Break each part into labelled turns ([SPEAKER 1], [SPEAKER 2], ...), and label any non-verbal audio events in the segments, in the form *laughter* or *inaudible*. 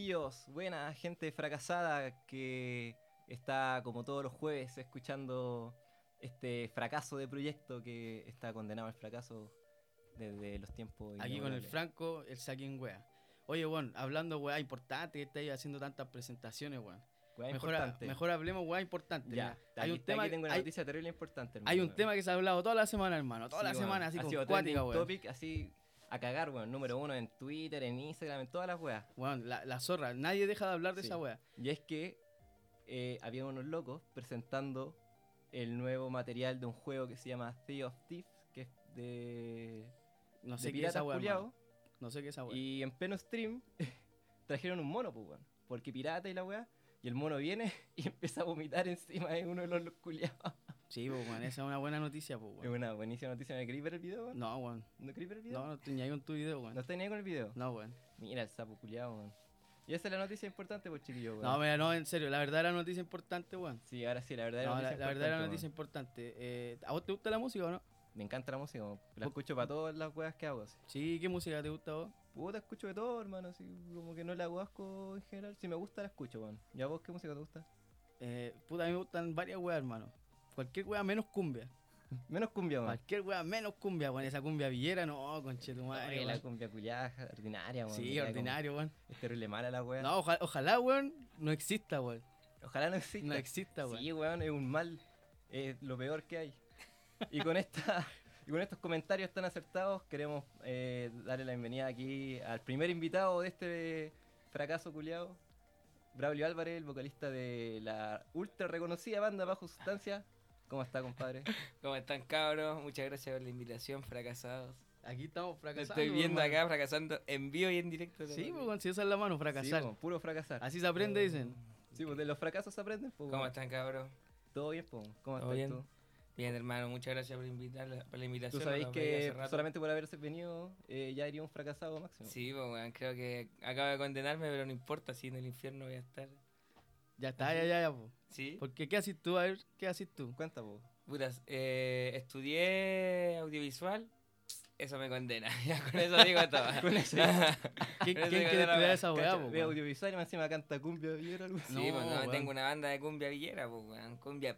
[SPEAKER 1] Chiquillos, buena gente fracasada que está como todos los jueves escuchando este fracaso de proyecto que está condenado al fracaso desde los tiempos.
[SPEAKER 2] Aquí con el Franco, el Saquín Wea. Oye, weón, hablando weá importante, que estáis haciendo tantas presentaciones, weón.
[SPEAKER 1] Weá
[SPEAKER 2] Mejor, ha-
[SPEAKER 1] importante.
[SPEAKER 2] mejor hablemos weá importante.
[SPEAKER 1] Ya,
[SPEAKER 2] mira.
[SPEAKER 1] hay
[SPEAKER 2] Hay
[SPEAKER 1] aquí,
[SPEAKER 2] un tema,
[SPEAKER 1] aquí tengo una
[SPEAKER 2] hay,
[SPEAKER 1] noticia terrible importante.
[SPEAKER 2] hay
[SPEAKER 1] hermano.
[SPEAKER 2] un tema que se ha hablado toda la semana, hermano. Toda
[SPEAKER 1] Sí,
[SPEAKER 2] la
[SPEAKER 1] weón.
[SPEAKER 2] semana, así
[SPEAKER 1] Ha
[SPEAKER 2] con
[SPEAKER 1] sido
[SPEAKER 2] cuática,
[SPEAKER 1] trending
[SPEAKER 2] weón.
[SPEAKER 1] topic así a cagar, weón. Número uno en Twitter, en Instagram, en todas las weas.
[SPEAKER 2] Weón, la, la zorra. Nadie deja de hablar de
[SPEAKER 1] Sí.
[SPEAKER 2] esa weá.
[SPEAKER 1] Y es que eh, había unos locos presentando el nuevo material de un juego que se llama Sea of Thieves, que es de,
[SPEAKER 2] No
[SPEAKER 1] de
[SPEAKER 2] sé qué es
[SPEAKER 1] piratas
[SPEAKER 2] esa weá.
[SPEAKER 1] culiao.
[SPEAKER 2] hermano. Ah, No sé qué es esa weá.
[SPEAKER 1] Y en pleno stream *laughs* trajeron un mono, pues, weón. Porque pirata y la weá. Y el mono viene *laughs* y empieza a vomitar encima de uno de los los *laughs* culiados.
[SPEAKER 2] Sí, pues, weón, esa es una buena noticia, pues,
[SPEAKER 1] Es
[SPEAKER 2] weón.
[SPEAKER 1] una buenísima noticia. ¿No queréis ver el video, weón?
[SPEAKER 2] No, weón.
[SPEAKER 1] ¿No queréis ver el video?
[SPEAKER 2] No, no estoy ni ahí con tu video,
[SPEAKER 1] ¿No,
[SPEAKER 2] weón.
[SPEAKER 1] estáis ni ahí con el video?
[SPEAKER 2] No, weón.
[SPEAKER 1] Mira el sapo culiado, weón. Y esa es la noticia importante, pues, chiquillo, weón.
[SPEAKER 2] No, mira, no, en serio. La verdad era noticia importante, weón.
[SPEAKER 1] Sí, ahora sí, la verdad la,
[SPEAKER 2] No, la,
[SPEAKER 1] noticia
[SPEAKER 2] la verdad
[SPEAKER 1] importante,
[SPEAKER 2] era una
[SPEAKER 1] weón.
[SPEAKER 2] noticia importante. Eh, ¿A vos te gusta la música o no?
[SPEAKER 1] Me encanta la música, weón. la
[SPEAKER 2] Pu-
[SPEAKER 1] escucho para todas las weas que hago. Así.
[SPEAKER 2] Sí, ¿qué música te gusta a vos?
[SPEAKER 1] Puta, escucho de todo, hermano. Así, como que no la hago asco en general. Si me gusta, la escucho, weón. ¿Y a vos qué música te gusta?
[SPEAKER 2] Eh, puta, a mí me gustan varias weas, hermano. Cualquier wea menos cumbia.
[SPEAKER 1] Menos cumbia, weón.
[SPEAKER 2] Cualquier wea menos cumbia, weón. Esa cumbia villera, no, conche tu
[SPEAKER 1] Ay,
[SPEAKER 2] madre,
[SPEAKER 1] la
[SPEAKER 2] weón.
[SPEAKER 1] cumbia culiada, ordinaria, weón.
[SPEAKER 2] Sí,
[SPEAKER 1] Ya como-
[SPEAKER 2] ordinario, weón.
[SPEAKER 1] Es terrible mala la wea.
[SPEAKER 2] No, ojalá, ojalá, weón, no exista, weón.
[SPEAKER 1] Ojalá no exista.
[SPEAKER 2] No exista, weón.
[SPEAKER 1] Sí, weón, es un mal. Es lo peor que hay. Y con esta. Y con estos comentarios tan acertados, queremos eh, darle la bienvenida aquí al primer invitado de este fracaso culiado, Braulio Álvarez, el vocalista de la ultra reconocida banda Bajo Sustancia. ¿Cómo está,
[SPEAKER 3] *laughs*
[SPEAKER 1] compadre?
[SPEAKER 3] ¿Cómo están, cabros? Muchas gracias por la invitación, fracasados.
[SPEAKER 2] Aquí estamos
[SPEAKER 3] Lo
[SPEAKER 2] fracasando.
[SPEAKER 3] estoy viendo
[SPEAKER 2] hermano.
[SPEAKER 3] acá, fracasando en vivo y en directo. la
[SPEAKER 2] Sí,
[SPEAKER 3] verdad.
[SPEAKER 2] pues, weón, si esa es la mano, fracasar.
[SPEAKER 1] Sí, po, puro fracasar.
[SPEAKER 2] Así se aprende, dicen.
[SPEAKER 1] Sí, pues de los fracasos se aprenden. po,
[SPEAKER 3] ¿Cómo
[SPEAKER 1] weón.
[SPEAKER 3] están, cabros?
[SPEAKER 1] ¿Todo bien, po? ¿Cómo
[SPEAKER 3] ¿Todo
[SPEAKER 1] estás
[SPEAKER 3] bien?
[SPEAKER 1] tú?
[SPEAKER 3] Bien, hermano, muchas gracias por, invitar, por la
[SPEAKER 1] Tú
[SPEAKER 3] invitación.
[SPEAKER 1] sabéis
[SPEAKER 3] los veía
[SPEAKER 1] que
[SPEAKER 3] hace rato.
[SPEAKER 1] solamente por haberse venido eh, ya iría un fracasado máximo.
[SPEAKER 3] Sí, pues, weón, creo que acaba de condenarme, pero no importa, si en el infierno voy a estar.
[SPEAKER 2] Ya está, ya, ya, ya, po.
[SPEAKER 3] ¿Sí?
[SPEAKER 2] Porque, ¿qué haces tú? A ver, ¿qué haces
[SPEAKER 1] *laughs*
[SPEAKER 2] tú?
[SPEAKER 1] Cuenta, po.
[SPEAKER 3] Putas, eh, estudié audiovisual, eso me condena. *laughs* Ya con eso digo todo.
[SPEAKER 1] Con eso
[SPEAKER 2] ¿Quién,
[SPEAKER 3] Pero
[SPEAKER 2] quién
[SPEAKER 3] eso
[SPEAKER 2] quiere
[SPEAKER 3] era
[SPEAKER 2] estudiar
[SPEAKER 3] la wea.
[SPEAKER 2] esa
[SPEAKER 1] Cacha,
[SPEAKER 2] weá, po,
[SPEAKER 1] Ve
[SPEAKER 2] weón?
[SPEAKER 1] audiovisual y más encima canta cumbia y era algo así.
[SPEAKER 3] *laughs*
[SPEAKER 1] *laughs*
[SPEAKER 3] Sí, pues, no,
[SPEAKER 2] weón.
[SPEAKER 3] tengo una banda de cumbia villera, pues, weón. Cumbia.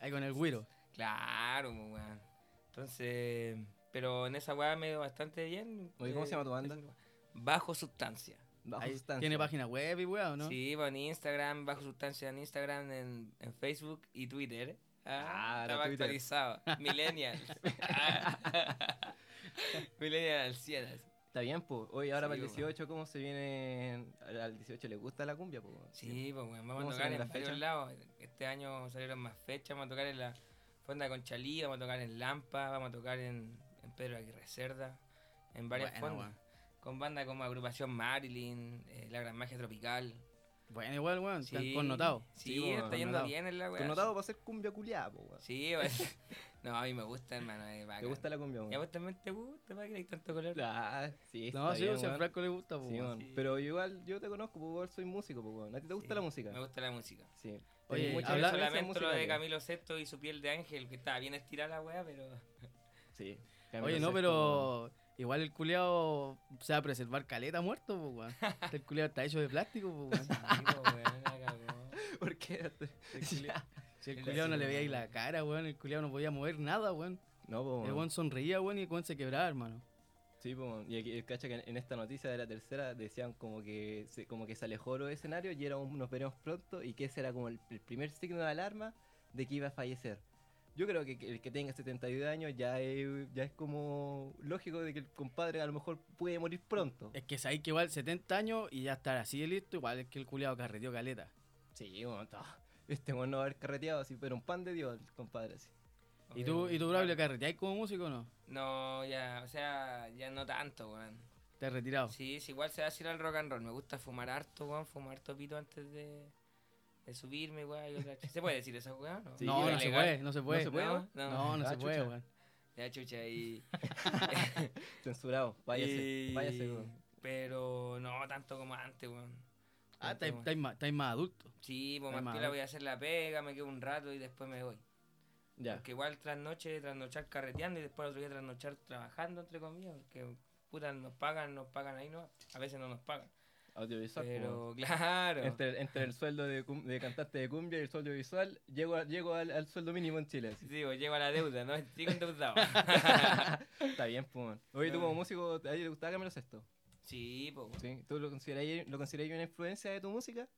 [SPEAKER 2] Ahí con el güiro.
[SPEAKER 3] Claro, pues, weón. Entonces, pero en esa weá me dio bastante bien. Eh,
[SPEAKER 1] Oye, ¿cómo se llama tu banda?
[SPEAKER 3] Bajo Sustancia.
[SPEAKER 1] Bajo
[SPEAKER 2] Ahí
[SPEAKER 1] sustancia.
[SPEAKER 2] Tiene página web y weá, ¿o no?
[SPEAKER 3] Sí, pues, en Instagram, Bajo Sustancia en Instagram, en, en Facebook y Twitter.
[SPEAKER 1] Ah,
[SPEAKER 3] Ah,
[SPEAKER 1] la
[SPEAKER 3] estaba
[SPEAKER 1] Twitter.
[SPEAKER 3] actualizado.
[SPEAKER 1] *laughs*
[SPEAKER 3] Millennials. Millennials, cielas.
[SPEAKER 1] Está bien, po. Oye, ahora
[SPEAKER 3] Sí,
[SPEAKER 1] para el
[SPEAKER 3] weón.
[SPEAKER 1] 18, ¿cómo se viene? Al 18 le gusta la cumbia, po. weón?
[SPEAKER 3] Sí, pues, weón, vamos
[SPEAKER 1] ¿Cómo
[SPEAKER 3] a
[SPEAKER 1] se
[SPEAKER 3] tocar
[SPEAKER 1] viene
[SPEAKER 3] en
[SPEAKER 1] la
[SPEAKER 3] varios
[SPEAKER 1] fecha?
[SPEAKER 3] lados. Este año salieron más fechas, vamos a tocar en la Fonda Conchalí, vamos a tocar en Lampa, vamos a tocar en, en Pedro Aguirre Cerda, en varias
[SPEAKER 2] Bueno,
[SPEAKER 3] fondas.
[SPEAKER 2] weón.
[SPEAKER 3] Con bandas como Agrupación Marilyn, eh, La Gran Magia Tropical.
[SPEAKER 2] Bueno, igual, weón,
[SPEAKER 3] Sí,
[SPEAKER 2] están connotado.
[SPEAKER 3] Sí,
[SPEAKER 1] Sí, weón,
[SPEAKER 3] está yendo
[SPEAKER 2] connotado. pues.
[SPEAKER 3] bien en la weá.
[SPEAKER 1] Connotado para ser cumbia culiada, po. weón.
[SPEAKER 3] Sí, weón. *laughs* No, a mí me gusta, hermano. Es
[SPEAKER 1] ¿Te
[SPEAKER 3] bacán.
[SPEAKER 1] gusta la cumbia,
[SPEAKER 3] ¿Y a
[SPEAKER 1] weón?
[SPEAKER 3] vos también te gusta? ¿Para que hay tanto color?
[SPEAKER 1] *laughs* Ah, sí, está
[SPEAKER 2] No, sí,
[SPEAKER 1] bien,
[SPEAKER 2] si al
[SPEAKER 1] weón.
[SPEAKER 2] Franco le gusta, po,
[SPEAKER 1] Sí,
[SPEAKER 2] weón.
[SPEAKER 1] weón.
[SPEAKER 3] Sí.
[SPEAKER 1] Pero igual yo te conozco, po, weón, soy músico, po. weón. ¿A ti te gusta
[SPEAKER 3] Sí,
[SPEAKER 1] la música?
[SPEAKER 3] Me gusta la música.
[SPEAKER 1] Sí.
[SPEAKER 2] Oye,
[SPEAKER 1] Tenés
[SPEAKER 3] Muchas
[SPEAKER 1] mucha
[SPEAKER 2] habla-
[SPEAKER 3] veces
[SPEAKER 1] referencia
[SPEAKER 3] lamento lo de
[SPEAKER 1] musical.
[SPEAKER 3] Camilo VI y su piel de ángel, que estaba bien estirada la weá,
[SPEAKER 2] *laughs*
[SPEAKER 3] pero...
[SPEAKER 1] Sí.
[SPEAKER 2] Oye, no, pero igual el culeado se va a preservar caleta muerto, po,
[SPEAKER 1] *laughs*
[SPEAKER 2] weón. El culeado está hecho de plástico, po, weón.
[SPEAKER 3] Sí, po, weón, la cagó.
[SPEAKER 1] *laughs* ¿Por qué? *laughs*
[SPEAKER 2] Si el
[SPEAKER 3] Es
[SPEAKER 2] culeado no
[SPEAKER 3] así,
[SPEAKER 2] le veía ahí
[SPEAKER 3] weón.
[SPEAKER 2] la cara, weón, el culeado no podía mover nada, weón.
[SPEAKER 1] No, po.
[SPEAKER 2] El
[SPEAKER 1] weón.
[SPEAKER 2] weón sonreía, weón, y el weón se quebraba, hermano.
[SPEAKER 1] Sí, po, y aquí, eh, cacha que en esta noticia de la tercera decían como que se, como que se alejó los escenarios y era un nos veremos pronto y que ese era como el, el primer signo de alarma de que iba a fallecer. Yo creo que que el que tenga 72 años ya es, ya es como lógico de que el compadre a lo mejor puede morir pronto.
[SPEAKER 2] Es que sabéis que igual 70 años y ya estar así de listo, igual es que el culeado carreteó caleta.
[SPEAKER 1] Sí, bueno, to- este bueno no va a haber carreteado así, pero un pan de Dios, el compadre así.
[SPEAKER 2] ¿Y tú, y tú,
[SPEAKER 3] Obvio,
[SPEAKER 2] Braulio, carreteáis como músico o no?
[SPEAKER 3] No, ya, o sea, ya no tanto, weón.
[SPEAKER 2] Te has
[SPEAKER 1] Oh.
[SPEAKER 2] retirado.
[SPEAKER 3] Sí, sí, igual se va a ir al rock and roll. Me gusta fumar harto, weón, fumar harto pito antes de, de subirme, weón. y otra ch- ¿Se puede decir esa weón?
[SPEAKER 1] *laughs* Sí,
[SPEAKER 2] no,
[SPEAKER 1] era
[SPEAKER 2] no se
[SPEAKER 3] ¿Ilegal?
[SPEAKER 2] puede, no se puede.
[SPEAKER 1] se puede,
[SPEAKER 3] No,
[SPEAKER 1] weón?
[SPEAKER 3] no.
[SPEAKER 2] No, no
[SPEAKER 1] Ah,
[SPEAKER 2] se puede,
[SPEAKER 1] chucha.
[SPEAKER 2] weón.
[SPEAKER 3] Ya chucha, y...
[SPEAKER 1] Censurado, *laughs* váyase,
[SPEAKER 3] *laughs* y-
[SPEAKER 1] váyase. weón.
[SPEAKER 3] Pero no tanto como antes, weón.
[SPEAKER 2] Ah,
[SPEAKER 3] Tanto
[SPEAKER 2] estáis
[SPEAKER 3] como-
[SPEAKER 2] estáis más, estáis más adulto.
[SPEAKER 1] Oh.
[SPEAKER 3] Sí, pues
[SPEAKER 2] estáis
[SPEAKER 3] más
[SPEAKER 2] más
[SPEAKER 3] pila
[SPEAKER 2] adulto.
[SPEAKER 3] voy a hacer la pega, me quedo un rato y después me voy.
[SPEAKER 1] Ya.
[SPEAKER 3] Porque igual trasnoche, trasnochar carreteando y después otro día trasnochar trabajando, entre comillas, porque puta, nos pagan, nos pagan ahí, no. A veces no nos pagan.
[SPEAKER 1] Audiovisual. po.
[SPEAKER 3] Pero *laughs* claro.
[SPEAKER 1] Entre, entre el sueldo de, cum- de cantante de cumbia y el sueldo visual, llego, a- llego al, al sueldo mínimo en Chile. así.
[SPEAKER 3] Digo, pues, llego a la deuda, ¿no? *laughs*
[SPEAKER 1] *laughs*
[SPEAKER 3] Sigo endeudado.
[SPEAKER 1] Está bien, pues. Oye, tú como músico, ¿a ti te gustaba Camilo Sesto?
[SPEAKER 3] sí, pues.
[SPEAKER 1] ¿Sí? ¿Tú lo consideras lo consideras una influencia de tu música?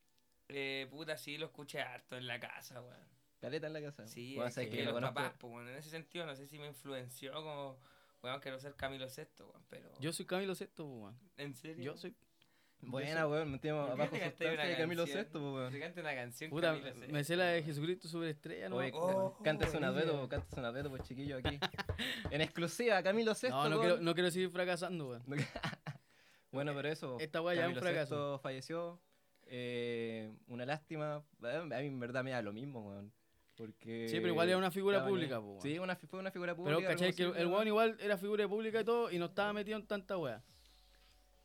[SPEAKER 3] Eh, puta, sí, lo escuché harto en la casa, weón.
[SPEAKER 1] Caleta en la casa.
[SPEAKER 3] Sí,
[SPEAKER 1] Bueno,
[SPEAKER 3] es
[SPEAKER 1] sabes
[SPEAKER 3] que,
[SPEAKER 1] que yo
[SPEAKER 3] los
[SPEAKER 1] lo conozco-
[SPEAKER 3] papás, pues, bueno, en ese sentido, no sé si me influenció como, weón, quiero ser Camilo Sexto, weón, pero...
[SPEAKER 2] Yo soy Camilo Sesto, po, weón.
[SPEAKER 3] ¿En serio?
[SPEAKER 2] Yo soy.
[SPEAKER 1] Buena, weón, metimos
[SPEAKER 3] ¿Por qué
[SPEAKER 1] abajo
[SPEAKER 3] te canté
[SPEAKER 1] sustancia
[SPEAKER 3] una
[SPEAKER 1] de Camilo
[SPEAKER 3] canción?
[SPEAKER 1] Sesto, po,
[SPEAKER 3] Te
[SPEAKER 1] weón.
[SPEAKER 3] canta una canción
[SPEAKER 2] Puta,
[SPEAKER 3] Camilo Sesto,
[SPEAKER 2] me sé la de
[SPEAKER 3] weón.
[SPEAKER 2] Jesucristo Superestrella, ¿no?
[SPEAKER 1] Oye,
[SPEAKER 3] Oh,
[SPEAKER 1] cántase una
[SPEAKER 3] buenísimo.
[SPEAKER 1] dueto, cántase una dueto, pues chiquillo
[SPEAKER 3] *laughs*
[SPEAKER 1] aquí. en exclusiva, Camilo Sesto.
[SPEAKER 2] no, no
[SPEAKER 1] weón.
[SPEAKER 2] quiero, no quiero seguir fracasando, weón.
[SPEAKER 1] Bueno, pero eso.
[SPEAKER 2] Esta weá ya es un
[SPEAKER 1] Camilo
[SPEAKER 2] fracaso.
[SPEAKER 1] Sesto falleció. eh, una lástima. A mí en verdad me da lo mismo, weón. Porque.
[SPEAKER 2] Sí, pero igual era una figura
[SPEAKER 1] estaban ahí.
[SPEAKER 2] pública, po, weón.
[SPEAKER 1] Eh, Sí, una, fi- fue una figura pública.
[SPEAKER 2] Pero cachai que el-
[SPEAKER 1] reconocible,
[SPEAKER 2] el weón igual era figura pública y todo y no estaba metido en tanta weá.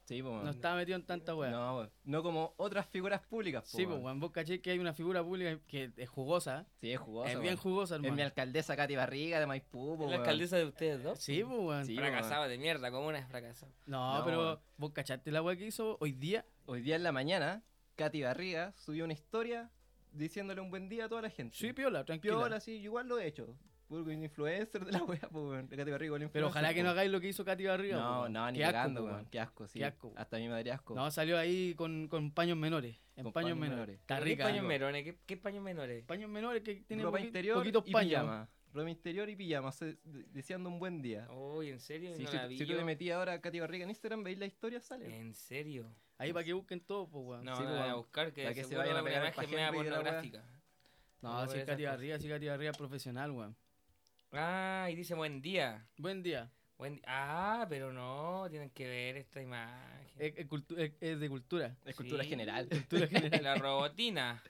[SPEAKER 1] Sí, po,
[SPEAKER 2] No
[SPEAKER 1] weón.
[SPEAKER 2] estaba metido en tanta weá.
[SPEAKER 1] No, weón. No como otras figuras públicas, po,
[SPEAKER 2] Sí, pues,
[SPEAKER 1] weón.
[SPEAKER 2] weón, vos caché que hay una figura pública que es jugosa,
[SPEAKER 1] Sí, es jugosa.
[SPEAKER 2] es bien
[SPEAKER 1] weón.
[SPEAKER 2] jugosa,
[SPEAKER 1] Es mi
[SPEAKER 2] hermano.
[SPEAKER 1] alcaldesa Katy Barriga de Maipú, po,
[SPEAKER 3] ¿Es la
[SPEAKER 1] weón.
[SPEAKER 3] alcaldesa de ustedes dos?
[SPEAKER 2] Sí, pues, weón.
[SPEAKER 1] Sí,
[SPEAKER 3] Fracasado de mierda, como una fracasada.
[SPEAKER 2] No,
[SPEAKER 1] No,
[SPEAKER 2] pero
[SPEAKER 1] weón.
[SPEAKER 2] vos cachaste la weá que hizo hoy día.
[SPEAKER 1] Hoy día en la mañana, Katy Barriga subió una historia diciéndole un buen día a toda la gente.
[SPEAKER 2] Sí, piola, tranquila.
[SPEAKER 1] Piola, sí, yo igual lo he hecho. Porque un influencer de la wea, pues, weón. De Katy Barriga, un
[SPEAKER 2] Pero
[SPEAKER 1] influencer,
[SPEAKER 2] ojalá que
[SPEAKER 1] po.
[SPEAKER 2] no hagáis lo que hizo Katy Barriga. po,
[SPEAKER 1] No,
[SPEAKER 2] pues, weón.
[SPEAKER 1] no, ni
[SPEAKER 2] Qué asco,
[SPEAKER 1] cagando,
[SPEAKER 2] po,
[SPEAKER 1] weón.
[SPEAKER 2] weón.
[SPEAKER 1] Qué asco, sí.
[SPEAKER 2] Qué asco, weón.
[SPEAKER 1] Hasta a mí me daría asco.
[SPEAKER 2] No, salió ahí con, con paños menores. En
[SPEAKER 1] Con
[SPEAKER 2] paños,
[SPEAKER 1] paños
[SPEAKER 2] menores.
[SPEAKER 1] menores.
[SPEAKER 2] Está
[SPEAKER 3] ¿Qué
[SPEAKER 2] rica.
[SPEAKER 3] paños
[SPEAKER 2] weón.
[SPEAKER 3] menores? ¿Qué, qué paños menores?
[SPEAKER 2] Paños menores que tiene
[SPEAKER 1] ropa
[SPEAKER 2] poqui-
[SPEAKER 1] interior
[SPEAKER 2] poquitos
[SPEAKER 1] y
[SPEAKER 2] paños.
[SPEAKER 1] pijama. Ropa interior y pijama, se- de- deseando un buen día.
[SPEAKER 3] Uy, ¿en serio?
[SPEAKER 1] Sí,
[SPEAKER 3] No
[SPEAKER 1] si,
[SPEAKER 3] la vi
[SPEAKER 1] si tú
[SPEAKER 3] yo.
[SPEAKER 1] te metí ahora a Katy Barriga en Instagram, veis la historia,
[SPEAKER 2] Eh,
[SPEAKER 1] sale.
[SPEAKER 3] ¿En serio?
[SPEAKER 2] Ahí para que busquen todo, pues, weón.
[SPEAKER 3] No,
[SPEAKER 1] Sí, pues,
[SPEAKER 3] no la voy a
[SPEAKER 1] weón.
[SPEAKER 3] buscar, que,
[SPEAKER 1] Para que se
[SPEAKER 3] seguro
[SPEAKER 1] vayan a
[SPEAKER 3] una
[SPEAKER 1] pegar el
[SPEAKER 3] imagen media
[SPEAKER 1] pajenri de la weá.
[SPEAKER 3] pornográfica.
[SPEAKER 2] No,
[SPEAKER 3] No,
[SPEAKER 2] si es
[SPEAKER 3] esas
[SPEAKER 2] Katy
[SPEAKER 3] cosas.
[SPEAKER 2] Barriga, si es Katy Barriga es profesional, weón.
[SPEAKER 3] Ah, y dice buen día.
[SPEAKER 2] Buen día.
[SPEAKER 3] Buen di- Ah, pero no, tienen que ver esta imagen.
[SPEAKER 2] Es, es cultu- es- es de cultura.
[SPEAKER 1] Es cultura
[SPEAKER 3] Sí.
[SPEAKER 1] general.
[SPEAKER 2] *laughs*
[SPEAKER 3] *laughs*
[SPEAKER 2] Cultura general. *laughs*
[SPEAKER 3] La robotina.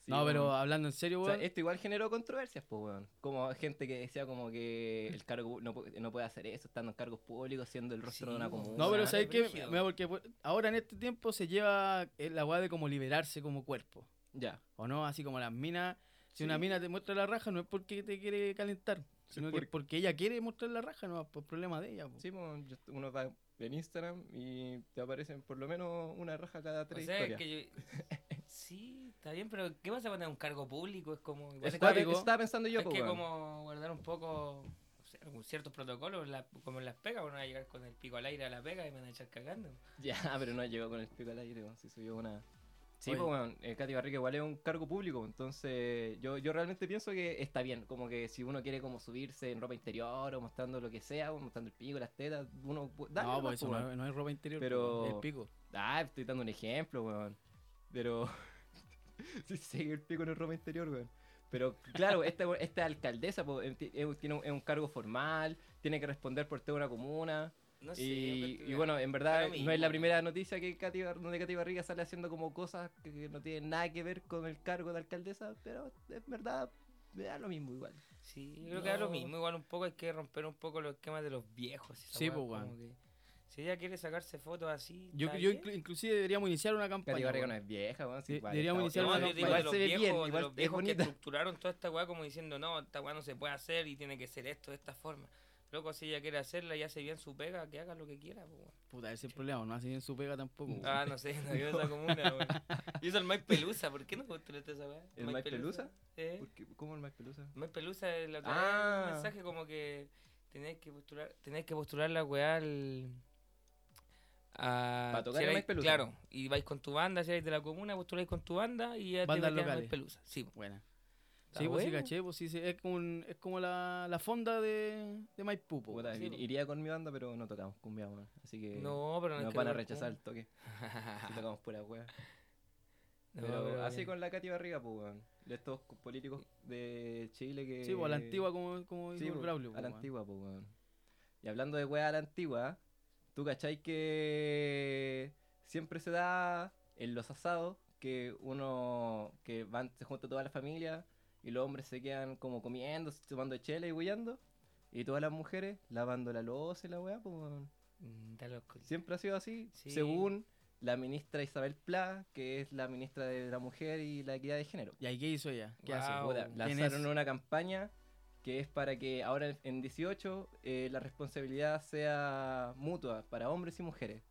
[SPEAKER 1] Sí,
[SPEAKER 2] no, pero
[SPEAKER 1] weón.
[SPEAKER 2] hablando en serio,
[SPEAKER 1] O sea,
[SPEAKER 2] weón.
[SPEAKER 1] esto igual generó controversias, pues, weón. Como gente que decía como que el cargo no, pu- no puede hacer eso, estando en cargos públicos, siendo el rostro
[SPEAKER 3] Sí,
[SPEAKER 1] de una
[SPEAKER 3] weón.
[SPEAKER 1] comuna.
[SPEAKER 2] No, pero
[SPEAKER 3] Ah,
[SPEAKER 2] ¿sabes
[SPEAKER 3] qué
[SPEAKER 2] qué?
[SPEAKER 3] brígido.
[SPEAKER 2] Mira, porque pues, ahora en este tiempo se lleva eh, la weá de como liberarse como cuerpo.
[SPEAKER 1] Ya.
[SPEAKER 2] ¿O no? Así como las minas. Si
[SPEAKER 1] Sí.
[SPEAKER 2] una mina te muestra la raja, no es porque te quiere calentar, sino que
[SPEAKER 1] por-
[SPEAKER 2] es porque ella quiere mostrar la raja, no por problema de ella. po.
[SPEAKER 1] Sí, pues, yo- uno va en Instagram y te aparecen por lo menos una raja cada
[SPEAKER 3] O
[SPEAKER 1] tres
[SPEAKER 3] sea,
[SPEAKER 1] historias.
[SPEAKER 3] que yo... Sí, está bien, pero ¿qué pasa cuando es un cargo público? Es como... igual
[SPEAKER 1] Es
[SPEAKER 3] es
[SPEAKER 1] cual-
[SPEAKER 2] cuático.
[SPEAKER 1] estaba pensando yo,
[SPEAKER 3] Hay
[SPEAKER 1] pues,
[SPEAKER 3] que
[SPEAKER 1] weón.
[SPEAKER 3] como guardar un poco o sea, algún ciertos protocolos, en la- como en las pegas, uno va a llegar con el pico al aire a la pega y me van a echar cagando.
[SPEAKER 1] Ya, *laughs* ah, pero no llegó con el pico al aire, weón, si subió una... Sí,
[SPEAKER 2] Oye.
[SPEAKER 1] pues, weón, el Katy Barriga igual es un cargo público, entonces yo, yo realmente pienso que está bien, como que si uno quiere como subirse en ropa interior o mostrando lo que sea, o mostrando el pico, las tetas, uno... pu- Dale,
[SPEAKER 2] no,
[SPEAKER 1] nomás,
[SPEAKER 2] pues eso
[SPEAKER 1] weón.
[SPEAKER 2] no, es- no es ropa interior,
[SPEAKER 1] Pero-
[SPEAKER 2] pero... el pico.
[SPEAKER 1] Ah, estoy dando un ejemplo, weón. Pero. *laughs* sí, sí, el pico no es ropa interior, weón. Pero claro, esta, esta alcaldesa po, eh, ti- eh, tiene un, es un cargo formal, tiene que responder por toda una comuna.
[SPEAKER 3] No sé.
[SPEAKER 1] y,
[SPEAKER 3] pues,
[SPEAKER 1] y bueno, en
[SPEAKER 3] da
[SPEAKER 1] verdad
[SPEAKER 3] lo
[SPEAKER 1] no es
[SPEAKER 3] mismo.
[SPEAKER 1] la primera noticia que Katy, Bar- donde Katy Barriga sale haciendo como cosas que, que no tienen nada que ver con el cargo de alcaldesa, pero en verdad me da lo mismo igual.
[SPEAKER 3] Sí, yo creo que da
[SPEAKER 1] No.
[SPEAKER 3] lo mismo. Igual un poco hay que romper un poco los esquemas de los viejos. esa
[SPEAKER 2] Sí,
[SPEAKER 3] weá,
[SPEAKER 2] pues,
[SPEAKER 3] como que Si ella quiere sacarse fotos así.
[SPEAKER 2] Yo,
[SPEAKER 3] está
[SPEAKER 2] yo
[SPEAKER 3] bien.
[SPEAKER 2] inclu- inclusive deberíamos iniciar una campaña.
[SPEAKER 1] Katy Barriga
[SPEAKER 2] weón.
[SPEAKER 1] no es vieja, weón. sí,
[SPEAKER 2] De-
[SPEAKER 1] igual
[SPEAKER 2] deberíamos
[SPEAKER 1] está-
[SPEAKER 2] iniciar
[SPEAKER 3] No,
[SPEAKER 2] una
[SPEAKER 3] yo
[SPEAKER 2] campaña.
[SPEAKER 3] digo
[SPEAKER 1] igual
[SPEAKER 3] de los
[SPEAKER 1] se ve
[SPEAKER 3] viejos,
[SPEAKER 1] bien,
[SPEAKER 3] de
[SPEAKER 1] igual
[SPEAKER 3] los
[SPEAKER 1] es
[SPEAKER 3] viejos que
[SPEAKER 1] bonita.
[SPEAKER 3] estructuraron toda esta weá como diciendo, no, esta weá no se puede hacer y tiene que ser esto de esta forma. Loco, si ella quiere hacerla y hace bien su pega, que haga lo que quiera. pues, weón.
[SPEAKER 2] Puta, ese es el problema, no hace bien su pega tampoco.
[SPEAKER 1] Mm.
[SPEAKER 2] weón.
[SPEAKER 3] Ah, no sé, no vio esa comuna, güey.
[SPEAKER 1] *laughs*
[SPEAKER 3] Y eso el Mike Pelusa, ¿por qué no postulaste esa weá?
[SPEAKER 1] ¿El Mike
[SPEAKER 3] Eh,
[SPEAKER 1] ¿Por qué? ¿Cómo el más pelusa?
[SPEAKER 3] Mike Pelusa, eh, la otra
[SPEAKER 1] Ah.
[SPEAKER 3] vez un mensaje como que tenías que postular, tenías que postular la weá al. a-
[SPEAKER 1] Pa tocar
[SPEAKER 3] si
[SPEAKER 1] a
[SPEAKER 3] erais-
[SPEAKER 1] Mike Pelusa.
[SPEAKER 3] Claro, y vais con tu banda, si eres de la comuna, postuláis con tu banda y ya
[SPEAKER 2] Bandas
[SPEAKER 3] te metían a
[SPEAKER 2] locales.
[SPEAKER 3] Mike Pelusa. Sí,
[SPEAKER 1] Eh,
[SPEAKER 3] po.
[SPEAKER 2] Buena.
[SPEAKER 3] Está
[SPEAKER 2] Sí, pues sí,
[SPEAKER 3] bueno.
[SPEAKER 2] caché, pues sí, sí, es como, un- es como la, la fonda de, de Maipú, po,
[SPEAKER 1] Puta,
[SPEAKER 2] weón.
[SPEAKER 3] sí,
[SPEAKER 1] ir-
[SPEAKER 3] po.
[SPEAKER 1] iría con mi banda, pero no tocamos cumbia, weón. Así que
[SPEAKER 3] No, pero no es
[SPEAKER 1] nos
[SPEAKER 3] que
[SPEAKER 1] van a
[SPEAKER 3] no-
[SPEAKER 1] rechazar el *laughs* toque. Si tocamos pura wea.
[SPEAKER 3] No,
[SPEAKER 1] pero,
[SPEAKER 3] pero
[SPEAKER 1] así
[SPEAKER 3] bien.
[SPEAKER 1] con la Katy Barriga, pues, weón. De estos cu- políticos de Chile que.
[SPEAKER 2] Sí, pues a la antigua, como, como
[SPEAKER 1] eh, Sí,
[SPEAKER 2] dijo el
[SPEAKER 1] po,
[SPEAKER 2] Braulio. po,
[SPEAKER 1] A la
[SPEAKER 2] weón.
[SPEAKER 1] antigua, pues, weón. Y hablando de wea a la antigua, ¿tú cachai que siempre se da en los asados que uno. que van, se junta toda la familia y los hombres se quedan como comiendo, tomando chela y huyendo. Y todas las mujeres lavando la loza y la weá, pues, weón.
[SPEAKER 3] Mm, Está loco.
[SPEAKER 1] Siempre ha sido así,
[SPEAKER 3] Sí.
[SPEAKER 1] según la ministra Isabel Pla, que es la ministra de la mujer y la equidad de género.
[SPEAKER 2] ¿Y ahí qué hizo ella? ¿Qué hace?
[SPEAKER 3] Guau.
[SPEAKER 1] Puta,
[SPEAKER 3] ¿quién
[SPEAKER 1] lanzaron
[SPEAKER 2] es?
[SPEAKER 1] una campaña que es para que ahora en 18 eh, la responsabilidad sea mutua para hombres y mujeres.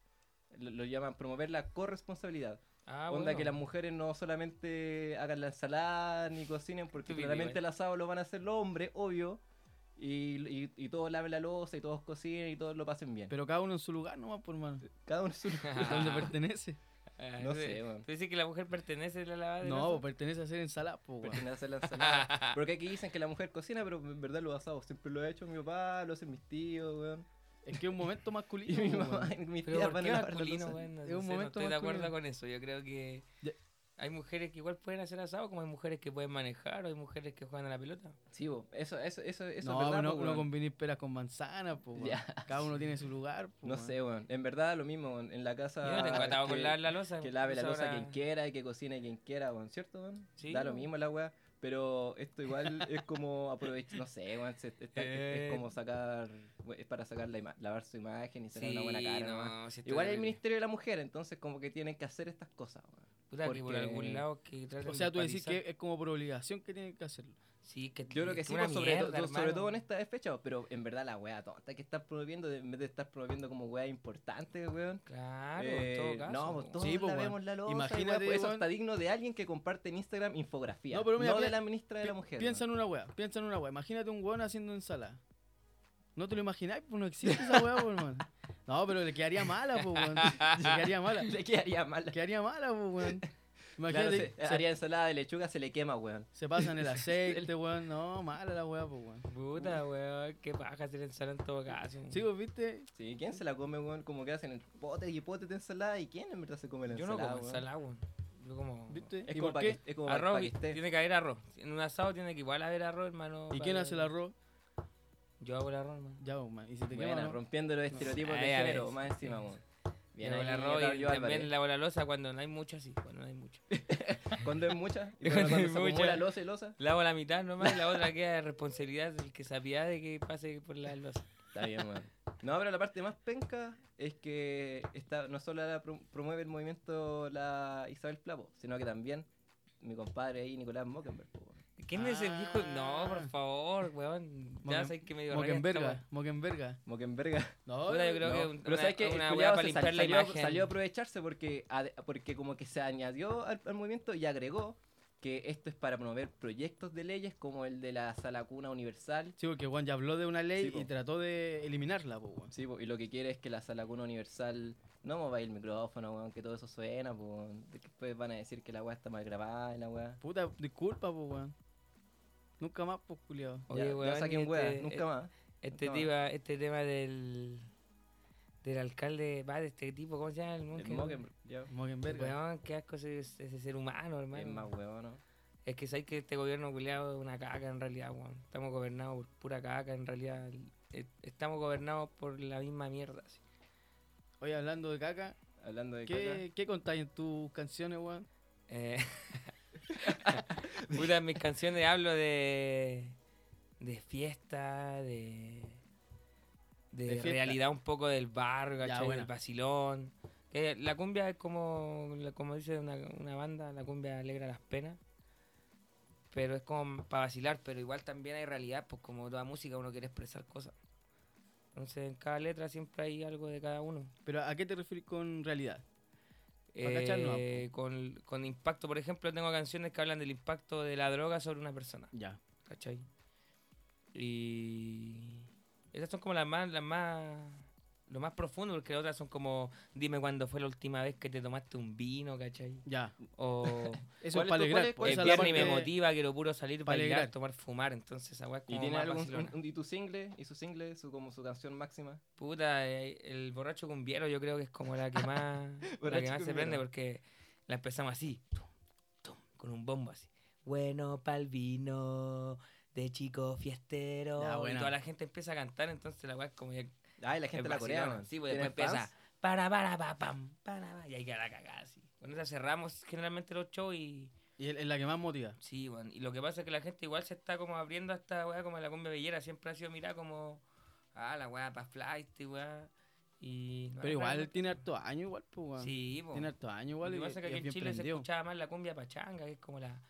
[SPEAKER 1] Lo, lo llaman promover la corresponsabilidad.
[SPEAKER 3] Ah,
[SPEAKER 1] Onda
[SPEAKER 3] bueno.
[SPEAKER 1] que las mujeres no solamente hagan la ensalada ni cocinen, porque
[SPEAKER 3] Estúpido
[SPEAKER 1] claramente el
[SPEAKER 3] igual.
[SPEAKER 1] asado lo van a hacer los hombres, obvio. Y, y, y todos laven la losa y todos cocinen y todos lo pasen bien.
[SPEAKER 2] Pero cada uno en su lugar nomás, por
[SPEAKER 1] *laughs*
[SPEAKER 2] mano.
[SPEAKER 1] Cada uno en
[SPEAKER 3] *laughs*
[SPEAKER 1] su
[SPEAKER 2] ¿Dónde
[SPEAKER 1] *laughs*
[SPEAKER 2] pertenece?
[SPEAKER 3] Ah,
[SPEAKER 1] no
[SPEAKER 3] tú-
[SPEAKER 1] sé, weón.
[SPEAKER 3] ¿Tú dices que la mujer pertenece a la lavada de
[SPEAKER 2] No,
[SPEAKER 3] losa?
[SPEAKER 2] pues, pertenece a hacer ensalada, pues, weón.
[SPEAKER 1] pertenece a
[SPEAKER 3] *laughs*
[SPEAKER 1] hacer la ensalada. Porque aquí dicen que la mujer cocina, pero en verdad los asados siempre lo ha hecho mi papá, lo hacen mis tíos, weón.
[SPEAKER 2] Es que es
[SPEAKER 1] *laughs*
[SPEAKER 2] un momento
[SPEAKER 1] Y
[SPEAKER 2] masculino.
[SPEAKER 1] mi
[SPEAKER 2] po,
[SPEAKER 1] mamá *laughs*
[SPEAKER 2] weón.
[SPEAKER 1] y mis
[SPEAKER 3] Pero
[SPEAKER 1] tías
[SPEAKER 3] ¿por
[SPEAKER 1] van
[SPEAKER 3] qué
[SPEAKER 1] a lavar la
[SPEAKER 3] masculino,
[SPEAKER 1] losa.
[SPEAKER 3] weón? No
[SPEAKER 2] Es
[SPEAKER 3] sé,
[SPEAKER 2] un
[SPEAKER 3] no
[SPEAKER 2] momento
[SPEAKER 3] estoy de acuerdo
[SPEAKER 2] masculino.
[SPEAKER 3] con eso. Yo creo que
[SPEAKER 2] Ya.
[SPEAKER 3] hay mujeres que igual pueden hacer asado, como hay mujeres que pueden manejar, o hay mujeres que juegan a la pelota.
[SPEAKER 1] Sí, bo, eso, eso, eso, eso
[SPEAKER 2] no,
[SPEAKER 1] es verdad,
[SPEAKER 2] no,
[SPEAKER 1] po,
[SPEAKER 2] no
[SPEAKER 1] weón.
[SPEAKER 2] convenir peras con manzanas, pues, weón.
[SPEAKER 1] Ya.
[SPEAKER 2] Cada uno tiene su lugar, po,
[SPEAKER 1] No
[SPEAKER 2] weón.
[SPEAKER 1] sé, weón. En verdad, lo mismo, weón. en la casa.
[SPEAKER 3] Yo no tengo atado
[SPEAKER 1] que-
[SPEAKER 3] con lavar la losa.
[SPEAKER 1] Que lave la
[SPEAKER 3] pues
[SPEAKER 1] losa
[SPEAKER 3] ahora-
[SPEAKER 1] quien quiera y que cocine quien quiera, weón, ¿cierto, weón?
[SPEAKER 3] Sí,
[SPEAKER 1] da lo
[SPEAKER 3] weón.
[SPEAKER 1] mismo la weá. Pero esto igual es como aprovechar, no sé, weón, se- está- es, es
[SPEAKER 3] Eh.
[SPEAKER 1] como sacar, es para sacar la ima- lavar su imagen y sacar una buena
[SPEAKER 3] Sí,
[SPEAKER 1] cara.
[SPEAKER 3] no,
[SPEAKER 1] nomás.
[SPEAKER 3] sí está
[SPEAKER 1] Igual el
[SPEAKER 3] terrible.
[SPEAKER 1] Ministerio de la Mujer, entonces como que tienen que hacer estas cosas, weón.
[SPEAKER 3] Puta, que por
[SPEAKER 1] porque-
[SPEAKER 3] algún lado que traten
[SPEAKER 2] O sea,
[SPEAKER 3] de
[SPEAKER 2] tú decís
[SPEAKER 3] empatizar.
[SPEAKER 2] que es como por obligación que tienen que hacerlo.
[SPEAKER 3] Sí, que
[SPEAKER 1] Yo creo que
[SPEAKER 3] es
[SPEAKER 1] sí,
[SPEAKER 3] una
[SPEAKER 1] pues, sobre, to-
[SPEAKER 3] mierda,
[SPEAKER 1] to- sobre
[SPEAKER 3] hermano.
[SPEAKER 1] todo en esta fecha, oh, pero en verdad la weá tonta que estás promoviendo, de- en vez de estar promoviendo como weá importante, weón.
[SPEAKER 3] Claro,
[SPEAKER 1] Eh,
[SPEAKER 3] en todo caso.
[SPEAKER 1] No,
[SPEAKER 3] po.
[SPEAKER 1] pues todos
[SPEAKER 2] Sí, pues,
[SPEAKER 1] la
[SPEAKER 2] weón.
[SPEAKER 1] vemos la losa.
[SPEAKER 2] Imagínate,
[SPEAKER 1] Imagínate, eso
[SPEAKER 2] weón.
[SPEAKER 1] está digno de alguien que comparte en Instagram infografía. No,
[SPEAKER 2] No, pero mira,
[SPEAKER 1] de
[SPEAKER 2] pi-
[SPEAKER 1] la ministra de la
[SPEAKER 2] Pi-
[SPEAKER 1] mujer.
[SPEAKER 2] Piensa en una weá, piensa en una weá. Imagínate un weón haciendo ensalada. No te lo imagináis, pues no existe esa weá, pues, hermano. No, pero le quedaría mala, pues, weón. Le quedaría mala.
[SPEAKER 1] weón. *laughs* Le quedaría mal.
[SPEAKER 2] Quedaría mala, pues, weón.
[SPEAKER 1] Claro,
[SPEAKER 2] Imagínate,
[SPEAKER 1] se- haría ensalada de lechuga, se le quema, weón.
[SPEAKER 2] se, se pasan el aceite,
[SPEAKER 1] *laughs*
[SPEAKER 2] weón. No, mala la weá, pues, weón.
[SPEAKER 3] Puta, weón, qué paja hacer ensalada en todo caso.
[SPEAKER 2] Sí,
[SPEAKER 3] weón.
[SPEAKER 2] pues, viste.
[SPEAKER 1] Sí, ¿quién se la come, weón? Como que hacen el pote y pote de ensalada. ¿Y quién en verdad se come la
[SPEAKER 3] Yo no
[SPEAKER 1] ensalada?
[SPEAKER 3] como
[SPEAKER 1] weón?
[SPEAKER 3] ensalada, weón. Yo como...
[SPEAKER 2] ¿Viste?
[SPEAKER 1] Es
[SPEAKER 2] ¿Y
[SPEAKER 1] como
[SPEAKER 2] por
[SPEAKER 1] pa'
[SPEAKER 2] qué?
[SPEAKER 1] que- es como pa-
[SPEAKER 3] Arroz,
[SPEAKER 1] pa' que
[SPEAKER 3] vi-
[SPEAKER 1] esté.
[SPEAKER 3] tiene que haber arroz. En un asado tiene que igual haber arroz, hermano.
[SPEAKER 2] ¿Y
[SPEAKER 3] para-
[SPEAKER 2] quién hace el arroz?
[SPEAKER 3] Yo hago el arroz, hermano.
[SPEAKER 2] Ya, pues, man. Y si te
[SPEAKER 1] Buena,
[SPEAKER 2] quema, ¿no?
[SPEAKER 1] rompiendo los estereotipos de
[SPEAKER 3] Ahí, a ver,
[SPEAKER 1] género,
[SPEAKER 3] sí,
[SPEAKER 1] más
[SPEAKER 3] sí.
[SPEAKER 1] encima, weón. Bien,
[SPEAKER 3] Yo hago
[SPEAKER 1] ahí,
[SPEAKER 3] el arroz y
[SPEAKER 1] Claudio Álvarez.
[SPEAKER 3] también lavo la losa cuando no hay mucho así, cuando no hay mucho.
[SPEAKER 1] Cuando es mucha,
[SPEAKER 3] *laughs*
[SPEAKER 1] y cuando,
[SPEAKER 3] Cuando
[SPEAKER 1] cuando
[SPEAKER 3] es
[SPEAKER 1] se
[SPEAKER 3] mucha.
[SPEAKER 1] acumula losa y losa.
[SPEAKER 3] Lavo la mitad nomás y la otra queda de responsabilidad del que sabía de que pase por la losa.
[SPEAKER 1] Está bien, weón. No, pero la parte más penca es que está, no solo la pro- promueve el movimiento la Isabel Plapo, sino que también mi compadre ahí, Nicolás Mockenberg. po, weón.
[SPEAKER 3] ¿Quién es el hijo? No,
[SPEAKER 2] Ah.
[SPEAKER 3] por favor, weón. Ya
[SPEAKER 2] Moquen-
[SPEAKER 3] sabes que me dio rabia esta weá.
[SPEAKER 2] Moquenberga, Moquenberga.
[SPEAKER 1] *laughs* Mockenberga.
[SPEAKER 2] No,
[SPEAKER 3] Puta, yo creo
[SPEAKER 1] No,
[SPEAKER 3] que un-
[SPEAKER 1] pero
[SPEAKER 3] una-
[SPEAKER 1] sabes que
[SPEAKER 3] una
[SPEAKER 1] el
[SPEAKER 3] weá
[SPEAKER 1] culiao
[SPEAKER 3] para
[SPEAKER 1] se sal-
[SPEAKER 3] limpiar la
[SPEAKER 1] salió,
[SPEAKER 3] imagen.
[SPEAKER 1] salió a aprovecharse porque, ade- porque como que se añadió al, al movimiento y agregó que esto es para promover proyectos de leyes como el de la sala cuna universal.
[SPEAKER 2] Sí, porque Juan ya habló de una ley
[SPEAKER 1] Sí, po.
[SPEAKER 2] y trató de eliminarla, pues, weón.
[SPEAKER 1] Sí, po, y lo que quiere es que la sala cuna universal no mováis el micrófono, weón, que todo eso suena, po, weón. después van a decir que la weá está mal grabada y la weá.
[SPEAKER 2] Puta, disculpa, pues, weón. Nunca más, pues, culiado.
[SPEAKER 3] Oye,
[SPEAKER 1] ya, ya
[SPEAKER 3] weón,
[SPEAKER 1] saquen
[SPEAKER 3] este-
[SPEAKER 1] weá,
[SPEAKER 3] eh,
[SPEAKER 1] nunca más.
[SPEAKER 3] Este,
[SPEAKER 1] No.
[SPEAKER 3] tema, este tema del, del alcalde, va, de este tipo, ¿cómo se llama? El
[SPEAKER 1] El
[SPEAKER 3] Monken.
[SPEAKER 1] Mockenberg, ya.
[SPEAKER 2] Moquenberga.
[SPEAKER 3] Weón, qué asco ese, ese ser humano, hermano.
[SPEAKER 1] Es más weón, ¿no?
[SPEAKER 3] Es que sabes que este gobierno culiado es una caca en realidad, weón. Estamos gobernados por pura caca en realidad. Eh, Estamos gobernados por la misma mierda. así.
[SPEAKER 2] Hoy hablando de caca,
[SPEAKER 1] Hablando de
[SPEAKER 2] ¿qué, ¿qué contáis en tus canciones, weón? *laughs*
[SPEAKER 3] Eh, puta, en mis canciones hablo de. de fiesta, de. de,
[SPEAKER 2] De fiesta.
[SPEAKER 3] realidad un poco del barrio,
[SPEAKER 2] Ya,
[SPEAKER 3] ¿cachai?
[SPEAKER 2] buena.
[SPEAKER 3] Del vacilón. Que la cumbia es como. la- como dice una, una banda, la cumbia alegra las penas. Pero es como para vacilar, pero igual también hay realidad, pues como toda música uno quiere expresar cosas. Entonces en cada letra siempre hay algo de cada uno.
[SPEAKER 2] Pero ¿a qué te refieres con realidad? Pa' cachar nomás,
[SPEAKER 3] Eh, con, con impacto, por ejemplo, tengo canciones que hablan del impacto de la droga sobre una persona,
[SPEAKER 2] Ya.
[SPEAKER 3] ¿cachai? Y esas son como las más, las más, lo más profundo, porque las otras son como, dime cuándo fue la última vez que te tomaste un vino, ¿cachai?
[SPEAKER 2] Ya.
[SPEAKER 3] O
[SPEAKER 2] *laughs*
[SPEAKER 1] ¿Cuál
[SPEAKER 2] Eso es
[SPEAKER 1] es tu-
[SPEAKER 2] para alegrar.
[SPEAKER 1] cuál es-
[SPEAKER 2] po,
[SPEAKER 1] cuál
[SPEAKER 3] el
[SPEAKER 2] esa
[SPEAKER 1] es
[SPEAKER 2] es la
[SPEAKER 3] viernes me
[SPEAKER 2] parte-
[SPEAKER 3] motiva, quiero puro salir,
[SPEAKER 2] pa'
[SPEAKER 3] bailar,
[SPEAKER 2] alegrar.
[SPEAKER 3] tomar, fumar, entonces esa weá es
[SPEAKER 1] ¿Y
[SPEAKER 3] como
[SPEAKER 1] tiene
[SPEAKER 3] más
[SPEAKER 1] algún
[SPEAKER 3] vacilona.
[SPEAKER 1] un- y tu single y su single, su como su canción máxima?
[SPEAKER 3] Puta, eh, el borracho cumbiero yo creo que es
[SPEAKER 1] *laughs*
[SPEAKER 3] como la que más, la que
[SPEAKER 1] Borracho
[SPEAKER 3] más se
[SPEAKER 1] cumbiero.
[SPEAKER 3] prende porque la empezamos así, tum, tum, con un bombo así. Bueno pa'l vino, de chico fiestero.
[SPEAKER 2] Ya,
[SPEAKER 3] y
[SPEAKER 2] buena.
[SPEAKER 3] toda la gente empieza a cantar, entonces la weá es como ya...
[SPEAKER 1] Ay, la gente
[SPEAKER 3] es
[SPEAKER 1] la corea,
[SPEAKER 3] vacilona.
[SPEAKER 1] man.
[SPEAKER 3] Sí, pues
[SPEAKER 1] ¿Tienen
[SPEAKER 3] después empieza...
[SPEAKER 1] fans?
[SPEAKER 3] Para, para, pa, pam, para, pa, y ahí queda la cagada así. Con esa cerramos generalmente los shows y...
[SPEAKER 2] Y es es la que más motiva.
[SPEAKER 3] Sí, bueno, y lo que pasa es que la gente igual se está como abriendo a esta weá como a la cumbia bellera, siempre ha sido mirada como, ah, la weá pa' flight, weá, y... no
[SPEAKER 2] Pero
[SPEAKER 3] es
[SPEAKER 2] igual
[SPEAKER 3] realmente-
[SPEAKER 2] tiene harto año igual, pues, weón.
[SPEAKER 3] Sí, po.
[SPEAKER 2] Tiene harto año
[SPEAKER 3] Lo
[SPEAKER 2] igual.
[SPEAKER 3] que
[SPEAKER 2] y-
[SPEAKER 3] pasa es
[SPEAKER 2] y es
[SPEAKER 3] que aquí en
[SPEAKER 2] bien
[SPEAKER 3] Chile se
[SPEAKER 2] prendido.
[SPEAKER 3] escuchaba más la cumbia pachanga, que es como la...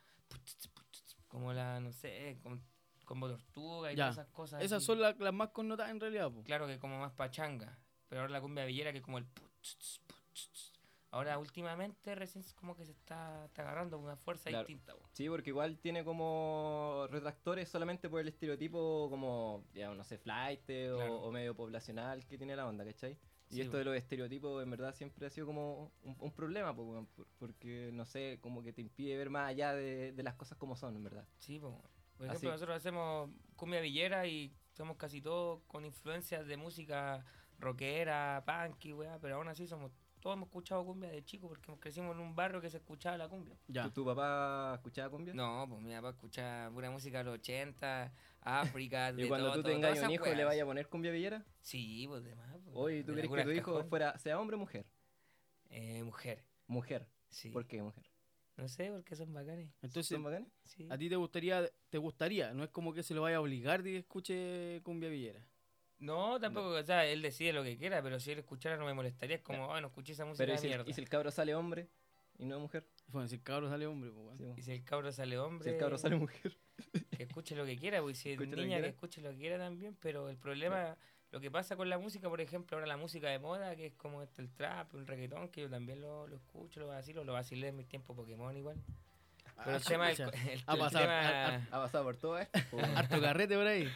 [SPEAKER 3] Como la, no sé, como, como tortuga y
[SPEAKER 2] Ya.
[SPEAKER 3] todas esas cosas.
[SPEAKER 2] Esas
[SPEAKER 3] así.
[SPEAKER 2] son la- las más connotadas en realidad, po.
[SPEAKER 3] Claro que como más pachanga. Pero ahora la cumbia villera que es como el... pu- tss, tss, pu- tss, tss. Ahora últimamente recién es como que se está, está agarrando una fuerza
[SPEAKER 1] Claro.
[SPEAKER 3] distinta. po.
[SPEAKER 1] Sí, porque igual tiene como retractores solamente por el estereotipo como, ya no sé, flight o,
[SPEAKER 3] Claro.
[SPEAKER 1] o medio poblacional que tiene la onda, ¿cachai? Y
[SPEAKER 3] Sí,
[SPEAKER 1] esto
[SPEAKER 3] po.
[SPEAKER 1] de los estereotipos en verdad siempre ha sido como un, un problema, po, weón, por- porque no sé, como que te impide ver más allá de, de las cosas como son, en verdad.
[SPEAKER 3] Sí, po. por
[SPEAKER 1] Así-
[SPEAKER 3] ejemplo, nosotros hacemos cumbia villera y somos casi todos con influencias de música rockera, punk y weá, pero aún así somos todos hemos escuchado cumbia de chico porque crecimos en un barrio que se escuchaba la cumbia.
[SPEAKER 1] ¿Tu,
[SPEAKER 2] Ya.
[SPEAKER 1] tu papá escuchaba cumbia?
[SPEAKER 3] No, pues mi papá escuchaba pura música de los 80, África,
[SPEAKER 1] *laughs*
[SPEAKER 3] de
[SPEAKER 1] Y cuando
[SPEAKER 3] todo,
[SPEAKER 1] tú
[SPEAKER 3] todo,
[SPEAKER 1] tengas
[SPEAKER 3] todas
[SPEAKER 1] un
[SPEAKER 3] esas
[SPEAKER 1] hijo, ¿le
[SPEAKER 3] weas.
[SPEAKER 1] vaya a poner cumbia villera?
[SPEAKER 3] Sí, pues de más. pues,
[SPEAKER 1] Oye, ¿tú
[SPEAKER 3] de
[SPEAKER 1] crees que
[SPEAKER 3] algunas
[SPEAKER 1] tu hijo
[SPEAKER 3] cajón.
[SPEAKER 1] fuera, sea hombre o mujer?
[SPEAKER 3] Eh, mujer,
[SPEAKER 1] Mujer.
[SPEAKER 3] sí.
[SPEAKER 1] ¿Por qué mujer?
[SPEAKER 3] No sé, porque son bacanes.
[SPEAKER 2] Entonces,
[SPEAKER 1] ¿Son bacanes?
[SPEAKER 3] Sí.
[SPEAKER 2] a ti te gustaría, te gustaría, no es como que se lo vaya a obligar de que escuche cumbia villera.
[SPEAKER 3] No, tampoco, o sea, él decide lo que quiera, pero si él escuchara no me molestaría. Es como, ay, no escuché esa música
[SPEAKER 1] Pero ¿y
[SPEAKER 3] de
[SPEAKER 1] si, el,
[SPEAKER 3] mierda.
[SPEAKER 1] y si el cabro sale hombre y no mujer?
[SPEAKER 2] Bueno, si el cabro sale hombre, pues, weón.
[SPEAKER 1] Sí, bueno.
[SPEAKER 3] cabro sale Ah, hombre,
[SPEAKER 1] Si el cabro sale mujer.
[SPEAKER 3] que escuche lo que quiera, pues y si es
[SPEAKER 1] Escuche lo que
[SPEAKER 3] niña, que
[SPEAKER 1] quiera.
[SPEAKER 3] escuche lo que quiera también. Pero el problema, lo que pasa con la música, por ejemplo, ahora la música de moda, que es como este, el trap, el reggaetón, que yo también lo, lo escucho, lo vacilo, lo vacilé en mi tiempo Pokémon igual. Pero el
[SPEAKER 2] Ah,
[SPEAKER 3] tema del.
[SPEAKER 2] chucha.
[SPEAKER 3] co- *laughs* el-
[SPEAKER 2] Ha
[SPEAKER 3] el
[SPEAKER 2] pasado,
[SPEAKER 3] tema-
[SPEAKER 2] ha- ha-
[SPEAKER 1] Ha pasado por todo
[SPEAKER 3] *laughs*
[SPEAKER 1] esto. po, weón.
[SPEAKER 2] Harto carrete por ahí.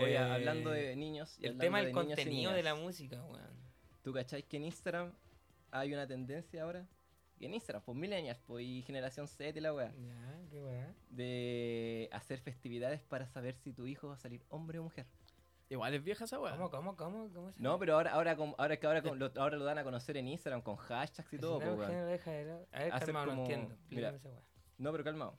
[SPEAKER 1] Oye,
[SPEAKER 3] eh,
[SPEAKER 1] hablando de niños. y
[SPEAKER 3] El
[SPEAKER 1] hablando
[SPEAKER 3] tema del
[SPEAKER 1] de niños y
[SPEAKER 3] contenido de la
[SPEAKER 1] niñas,
[SPEAKER 3] música, weón.
[SPEAKER 1] ¿Tú cacháis que en Instagram hay una tendencia ahora? Y en Instagram, pues millennials po, y generación Z y la weá.
[SPEAKER 3] Ya, qué weá.
[SPEAKER 1] De hacer festividades para saber si tu hijo va a salir hombre o mujer.
[SPEAKER 2] Igual es vieja esa weá.
[SPEAKER 3] ¿Cómo, cómo, cómo? cómo se-
[SPEAKER 1] No, pero ahora, ahora, como- ahora es que ahora, como lo, ahora lo dan a conocer en Instagram con hashtags y
[SPEAKER 3] Así
[SPEAKER 1] todo,
[SPEAKER 3] no,
[SPEAKER 1] po,
[SPEAKER 3] que
[SPEAKER 1] weón.
[SPEAKER 3] no deja de lado. A ver,
[SPEAKER 1] Hacer
[SPEAKER 3] calmado, no
[SPEAKER 1] como-
[SPEAKER 3] entiendo.
[SPEAKER 1] mira.
[SPEAKER 3] Explícame esa weá.
[SPEAKER 1] No, pero calmado.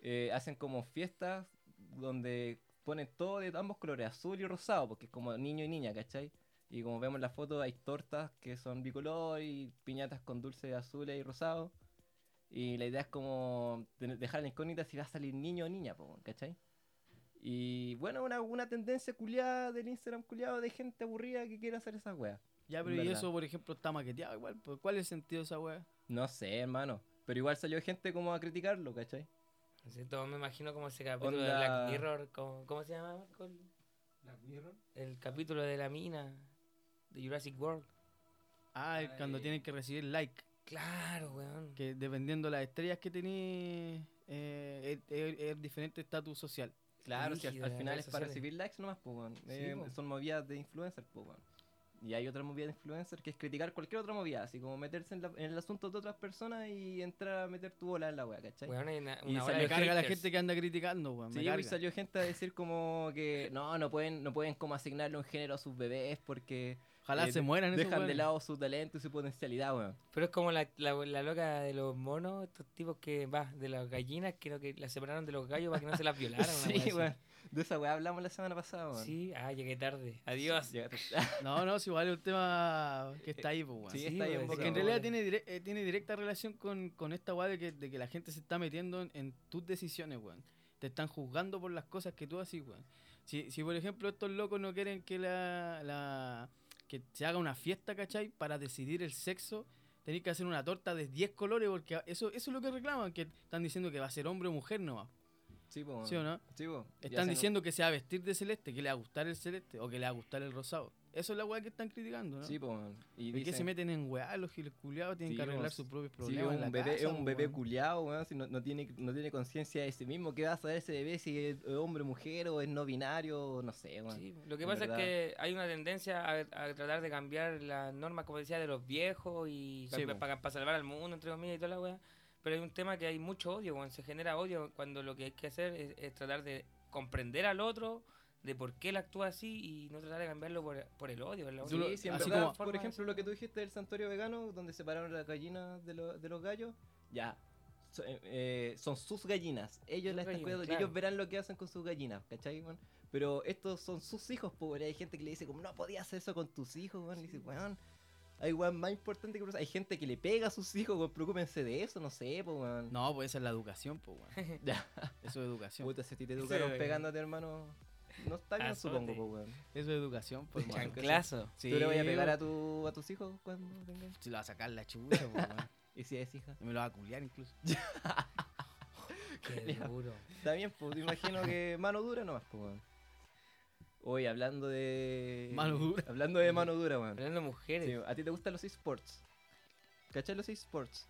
[SPEAKER 1] Eh, hacen como fiestas donde ponen todo de ambos colores, azul y rosado, porque es como niño y niña, ¿cachai? Y como vemos en la foto, hay tortas que son bicolor y piñatas con dulces azules y rosados. Y la idea es como tener- dejar la incógnita si va a salir niño o niña, po, ¿cachai? Y bueno, una, una tendencia culiada del Instagram culiado de gente aburrida que quiere hacer esas weas.
[SPEAKER 2] Ya, pero y
[SPEAKER 1] Verdad.
[SPEAKER 2] eso, por ejemplo, está maqueteado igual. pues, ¿Cuál es el sentido de esa weá?
[SPEAKER 1] No sé, hermano. Pero igual salió gente como a criticarlo, ¿cachai?
[SPEAKER 3] No sé, todo me imagino como ese capítulo de
[SPEAKER 1] Onda-
[SPEAKER 3] Black Mirror. como- ¿Cómo se llama, Marco? El- El capítulo de la mina de Jurassic World.
[SPEAKER 2] Ah, es cuando
[SPEAKER 3] Ay.
[SPEAKER 2] tienen que recibir like.
[SPEAKER 3] Claro, weón.
[SPEAKER 2] Que dependiendo de las estrellas que tenés, eh, es, es- es diferente estatus social.
[SPEAKER 1] Claro, si al,
[SPEAKER 3] Brígido,
[SPEAKER 1] al
[SPEAKER 3] las
[SPEAKER 1] final
[SPEAKER 3] redes
[SPEAKER 1] es para
[SPEAKER 3] sociales.
[SPEAKER 1] recibir likes nomás, po, weón. Eh,
[SPEAKER 3] po.
[SPEAKER 1] Son movidas de influencer, po, weón. Y hay otra movida de influencer que es criticar cualquier otra movida, así como meterse en, la- en el asunto de otras personas y entrar a meter tu bola en la wea, ¿cachai?
[SPEAKER 3] Weón, hay una,
[SPEAKER 1] Y
[SPEAKER 3] una
[SPEAKER 1] se
[SPEAKER 3] ola
[SPEAKER 1] le
[SPEAKER 2] Me
[SPEAKER 3] de
[SPEAKER 2] carga la
[SPEAKER 3] haters.
[SPEAKER 2] gente que anda criticando, weón. me
[SPEAKER 1] Sí, pues, y
[SPEAKER 2] carga.
[SPEAKER 1] salió gente a decir como que no, no pueden, no pueden como asignarle un género a sus bebés porque
[SPEAKER 2] Ojalá
[SPEAKER 1] eh,
[SPEAKER 2] se mueran esos
[SPEAKER 1] dejan de
[SPEAKER 2] weones.
[SPEAKER 1] lado su talento y su potencialidad, weón.
[SPEAKER 3] Pero es como la, la, la loca de los monos, estos tipos que, va, de las gallinas, que, no- que las separaron de los gallos para que no se las violaran.
[SPEAKER 1] *laughs*
[SPEAKER 3] una
[SPEAKER 1] sí,
[SPEAKER 3] wea así.
[SPEAKER 1] weón. De esa wea hablamos la semana pasada, weón.
[SPEAKER 3] Sí, ah, llegué tarde. Adiós.
[SPEAKER 1] Llegaste-
[SPEAKER 2] No, no, si igual es un tema que está ahí, pues, weón.
[SPEAKER 1] Eh, Sí,
[SPEAKER 3] Sí,
[SPEAKER 1] está ahí
[SPEAKER 3] weón,
[SPEAKER 1] un
[SPEAKER 3] sí,
[SPEAKER 2] Es
[SPEAKER 1] poco.
[SPEAKER 2] que en realidad
[SPEAKER 3] Ahora.
[SPEAKER 2] tiene, dire- eh, tiene directa relación con, con esta weá de que, de que la gente se está metiendo en, en tus decisiones, weón. Te están juzgando por las cosas que tú haces, weón. Si, si por ejemplo estos locos no quieren que la, la- que se haga una fiesta, ¿cachai? Para decidir el sexo, tenéis que hacer una torta de 10 colores, porque a- eso, eso es lo que reclaman, que están diciendo que va a ser hombre o mujer nomás.
[SPEAKER 1] *laughs* Sí, po, weón.
[SPEAKER 2] ¿Sí o no?
[SPEAKER 1] Sí, po. Y
[SPEAKER 2] Están
[SPEAKER 1] hacen-
[SPEAKER 2] diciendo que se va a vestir de celeste, que le va a gustar el celeste o que le va a gustar el rosado. Eso es la weá que están criticando, ¿no?
[SPEAKER 1] Sí, po, weón. Y
[SPEAKER 2] ¿Y qué se
[SPEAKER 1] dicen-
[SPEAKER 2] meten en weá los giles culiados? Tienen
[SPEAKER 1] Sí,
[SPEAKER 2] que arreglar
[SPEAKER 1] vos.
[SPEAKER 2] sus propios
[SPEAKER 1] Sí,
[SPEAKER 2] problemas.
[SPEAKER 1] es
[SPEAKER 2] en la
[SPEAKER 1] un bebé, es
[SPEAKER 2] casa,
[SPEAKER 1] un
[SPEAKER 2] po,
[SPEAKER 1] bebé
[SPEAKER 2] weón.
[SPEAKER 1] culiado, weón. si no, no tiene, no tiene conciencia de sí mismo. ¿Qué va a saber ese bebé si es eh, hombre, mujer o es no binario? o No sé, weón.
[SPEAKER 3] Sí, lo que
[SPEAKER 1] en
[SPEAKER 3] pasa
[SPEAKER 1] verdad.
[SPEAKER 3] es que hay una tendencia a, a tratar de cambiar las normas, como decía, de los viejos y
[SPEAKER 1] Sí,
[SPEAKER 3] pa-
[SPEAKER 1] po.
[SPEAKER 3] para, para salvar al mundo, entre comillas, y toda la weá. Pero hay un tema que hay mucho odio, weón, se genera odio cuando lo que hay que hacer es, es tratar de comprender al otro, de por qué él actúa así y no tratar de cambiarlo por, por el odio. por la
[SPEAKER 1] Sí,
[SPEAKER 2] Tú
[SPEAKER 3] otra-
[SPEAKER 2] lo-
[SPEAKER 1] sí, en
[SPEAKER 2] así
[SPEAKER 1] verdad,
[SPEAKER 2] como-
[SPEAKER 1] por ejemplo, lo que tú dijiste del santuario vegano, donde separaron las gallinas de, lo- de los gallos, ya. so- eh, eh, son sus gallinas. Ellos
[SPEAKER 3] Sus
[SPEAKER 1] las están
[SPEAKER 3] gallinas,
[SPEAKER 1] cuidando y
[SPEAKER 3] claro.
[SPEAKER 1] ellos verán lo que hacen con sus gallinas, ¿cachai, weón? Pero estos son sus hijos, pobre. Hay gente que le dice, como, no podías hacer eso con tus hijos, weón. Y dice, weón. Hay weón más importante que Hay gente que le pega a sus hijos, weón. Preocúpense de eso, no sé, po, weón.
[SPEAKER 2] No, pues esa es la educación, po, weón.
[SPEAKER 1] *laughs* Ya.
[SPEAKER 2] Eso es educación.
[SPEAKER 1] Puta, si a ti te educaron
[SPEAKER 3] weón.
[SPEAKER 1] pegándote, hermano. No está bien,
[SPEAKER 3] Azote.
[SPEAKER 1] supongo, po, weón.
[SPEAKER 2] Eso es educación, po, hermano.
[SPEAKER 3] Chanclazo.
[SPEAKER 2] Sí,
[SPEAKER 1] ¿Tú le vas a pegar
[SPEAKER 2] weón.
[SPEAKER 1] a, tu, a tus hijos cuando tengan?
[SPEAKER 2] Se lo va a sacar la chucha, po, weón.
[SPEAKER 1] ¿Y si es hija?
[SPEAKER 2] Y Me lo va a culiar incluso.
[SPEAKER 3] Qué duro.
[SPEAKER 1] Está bien, pues te imagino que mano dura nomás, pues, weón. Oye, hablando de.
[SPEAKER 2] Mano dura.
[SPEAKER 1] Hablando de mano dura,
[SPEAKER 3] *laughs*
[SPEAKER 1] weón.
[SPEAKER 3] Hablando de mujeres,
[SPEAKER 1] Sí, ¿A ti te gustan los esports? ¿Cachai los esports?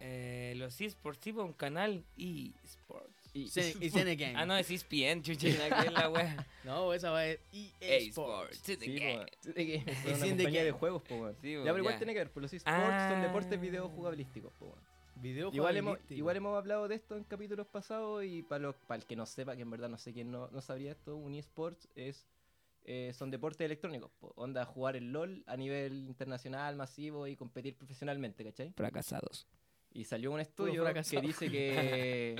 [SPEAKER 3] eh, los eSports, sí, pues, un canal eSports.
[SPEAKER 1] Y-
[SPEAKER 2] Se- y Sene
[SPEAKER 1] *laughs*
[SPEAKER 2] Game.
[SPEAKER 3] Ah, no, es ESPN, chucha, nada que es la wea.
[SPEAKER 2] No, pues, esa va a ser
[SPEAKER 1] E
[SPEAKER 2] EA Sports.
[SPEAKER 3] to the
[SPEAKER 1] Sí, po,
[SPEAKER 3] game.
[SPEAKER 1] weón. Sí, de games,
[SPEAKER 2] Sí,
[SPEAKER 1] weón, una
[SPEAKER 2] de
[SPEAKER 1] compañía de
[SPEAKER 2] games.
[SPEAKER 1] juegos, po, weón.
[SPEAKER 3] Sí,
[SPEAKER 1] Ya,
[SPEAKER 3] weón,
[SPEAKER 1] pero igual
[SPEAKER 3] ya.
[SPEAKER 1] tiene que ver, pues los esports son deportes
[SPEAKER 3] Ah.
[SPEAKER 1] videojugabilísticos, po, weón.
[SPEAKER 2] Video
[SPEAKER 1] Igual hemos,
[SPEAKER 2] jugabilístico.
[SPEAKER 1] igual hemos hablado de esto en capítulos pasados y para, los, para el que no sepa, que en verdad no sé quién no, no sabría esto, un eSports es, eh, son deportes electrónicos, po. onda jugar el LOL a nivel internacional, masivo y competir profesionalmente, ¿cachai?
[SPEAKER 3] Fracasados.
[SPEAKER 1] Y salió un estudio que
[SPEAKER 2] fracasado.
[SPEAKER 1] dice
[SPEAKER 2] *laughs*
[SPEAKER 1] que...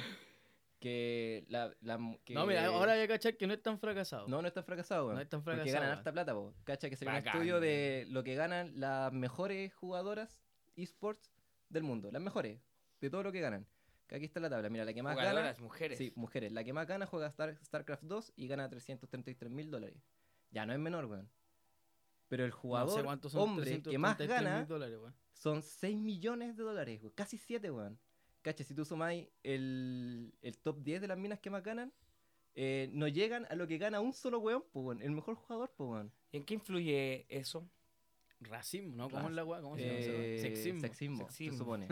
[SPEAKER 1] que, la, la mu- que-
[SPEAKER 2] No, mira, ahora voy a cachar que no es tan fracasado.
[SPEAKER 1] No, no están fracasados, weón.
[SPEAKER 2] No están
[SPEAKER 1] Porque ganan
[SPEAKER 2] fracasados.
[SPEAKER 1] harta plata, po. Cacha que sería un
[SPEAKER 3] Bacán,
[SPEAKER 1] estudio
[SPEAKER 3] weón.
[SPEAKER 1] de lo que ganan las mejores jugadoras esports del mundo. Las mejores, de todo lo que ganan. Que Aquí está la tabla, mira, la que más
[SPEAKER 3] Jugadoras,
[SPEAKER 1] gana.
[SPEAKER 3] mujeres.
[SPEAKER 1] Sí, mujeres. La que más gana juega Star- StarCraft 2 y gana 333 mil dólares. Ya no es menor, weón. Pero el
[SPEAKER 2] No sé
[SPEAKER 1] jugador
[SPEAKER 2] cuántos son
[SPEAKER 1] hombre que más
[SPEAKER 2] 333 mil
[SPEAKER 1] gana
[SPEAKER 2] dólares, weón.
[SPEAKER 1] son 6 millones de dólares, weón. Casi 7, weón. Cacha, si tú sumáis el, el top 10 de las minas que más ganan, eh, no llegan a lo que gana un solo weón, po, weón. El mejor jugador, po, weón.
[SPEAKER 3] ¿Y en qué influye eso?
[SPEAKER 2] Racismo, ¿no? ¿Cómo
[SPEAKER 1] Ras-
[SPEAKER 2] es la weá? ¿Cómo se llama? esa weá?
[SPEAKER 1] Eh,
[SPEAKER 2] Sexismo.
[SPEAKER 1] Sexismo, se
[SPEAKER 2] *laughs*
[SPEAKER 3] Sexismo.
[SPEAKER 1] supone.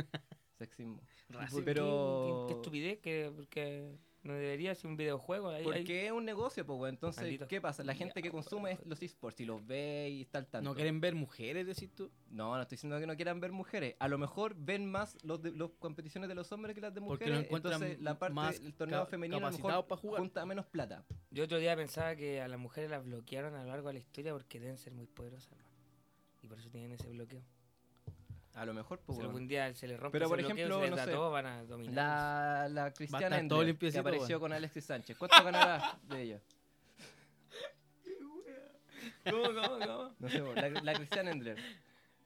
[SPEAKER 1] sexismo.
[SPEAKER 2] Racismo.
[SPEAKER 1] Ah, Pero-
[SPEAKER 3] ¿Qué, qué estupidez? Que, porque no debería ser un videojuego. Ahí, ahí-
[SPEAKER 1] Porque es un negocio, po, weón. Entonces,
[SPEAKER 3] Maldito
[SPEAKER 1] ¿qué pasa? La gente que
[SPEAKER 3] culiao,
[SPEAKER 1] consume
[SPEAKER 3] weón.
[SPEAKER 1] es los esports y los ve y tal, tal.
[SPEAKER 2] ¿No quieren ver mujeres, decís tú?
[SPEAKER 1] No, no estoy diciendo que no quieran ver mujeres. A lo mejor ven más los de, los competiciones de los hombres que las de
[SPEAKER 2] Porque
[SPEAKER 1] mujeres.
[SPEAKER 2] lo encuentran
[SPEAKER 1] entonces, la parte
[SPEAKER 2] más
[SPEAKER 1] del torneo
[SPEAKER 2] ca-
[SPEAKER 1] femenino a lo mejor
[SPEAKER 2] capacitados pa' jugar.
[SPEAKER 1] junta menos plata.
[SPEAKER 3] Yo otro día pensaba que a las mujeres las bloquearon a lo largo de la historia porque deben ser muy poderosas, hermano. Y por eso tienen ese bloqueo.
[SPEAKER 1] A lo mejor, po,
[SPEAKER 3] Si
[SPEAKER 1] weón.
[SPEAKER 3] algún día se les rompe
[SPEAKER 1] Pues Pero,
[SPEAKER 3] ese
[SPEAKER 1] por
[SPEAKER 3] bloqueo,
[SPEAKER 1] ejemplo,
[SPEAKER 3] se les
[SPEAKER 1] no
[SPEAKER 3] da
[SPEAKER 1] sé,
[SPEAKER 3] todo, van a dominar.
[SPEAKER 1] La, la Cristiana
[SPEAKER 2] estar
[SPEAKER 1] Ender,
[SPEAKER 2] todo
[SPEAKER 1] que
[SPEAKER 2] limpiecito,
[SPEAKER 1] apareció
[SPEAKER 2] weón.
[SPEAKER 1] con Alexis Sánchez. ¿Cuánto ganará de ella?
[SPEAKER 3] ¿Cómo, cómo,
[SPEAKER 1] *laughs*
[SPEAKER 3] cómo?
[SPEAKER 1] No sé, weón, la, la Cristiana Endler.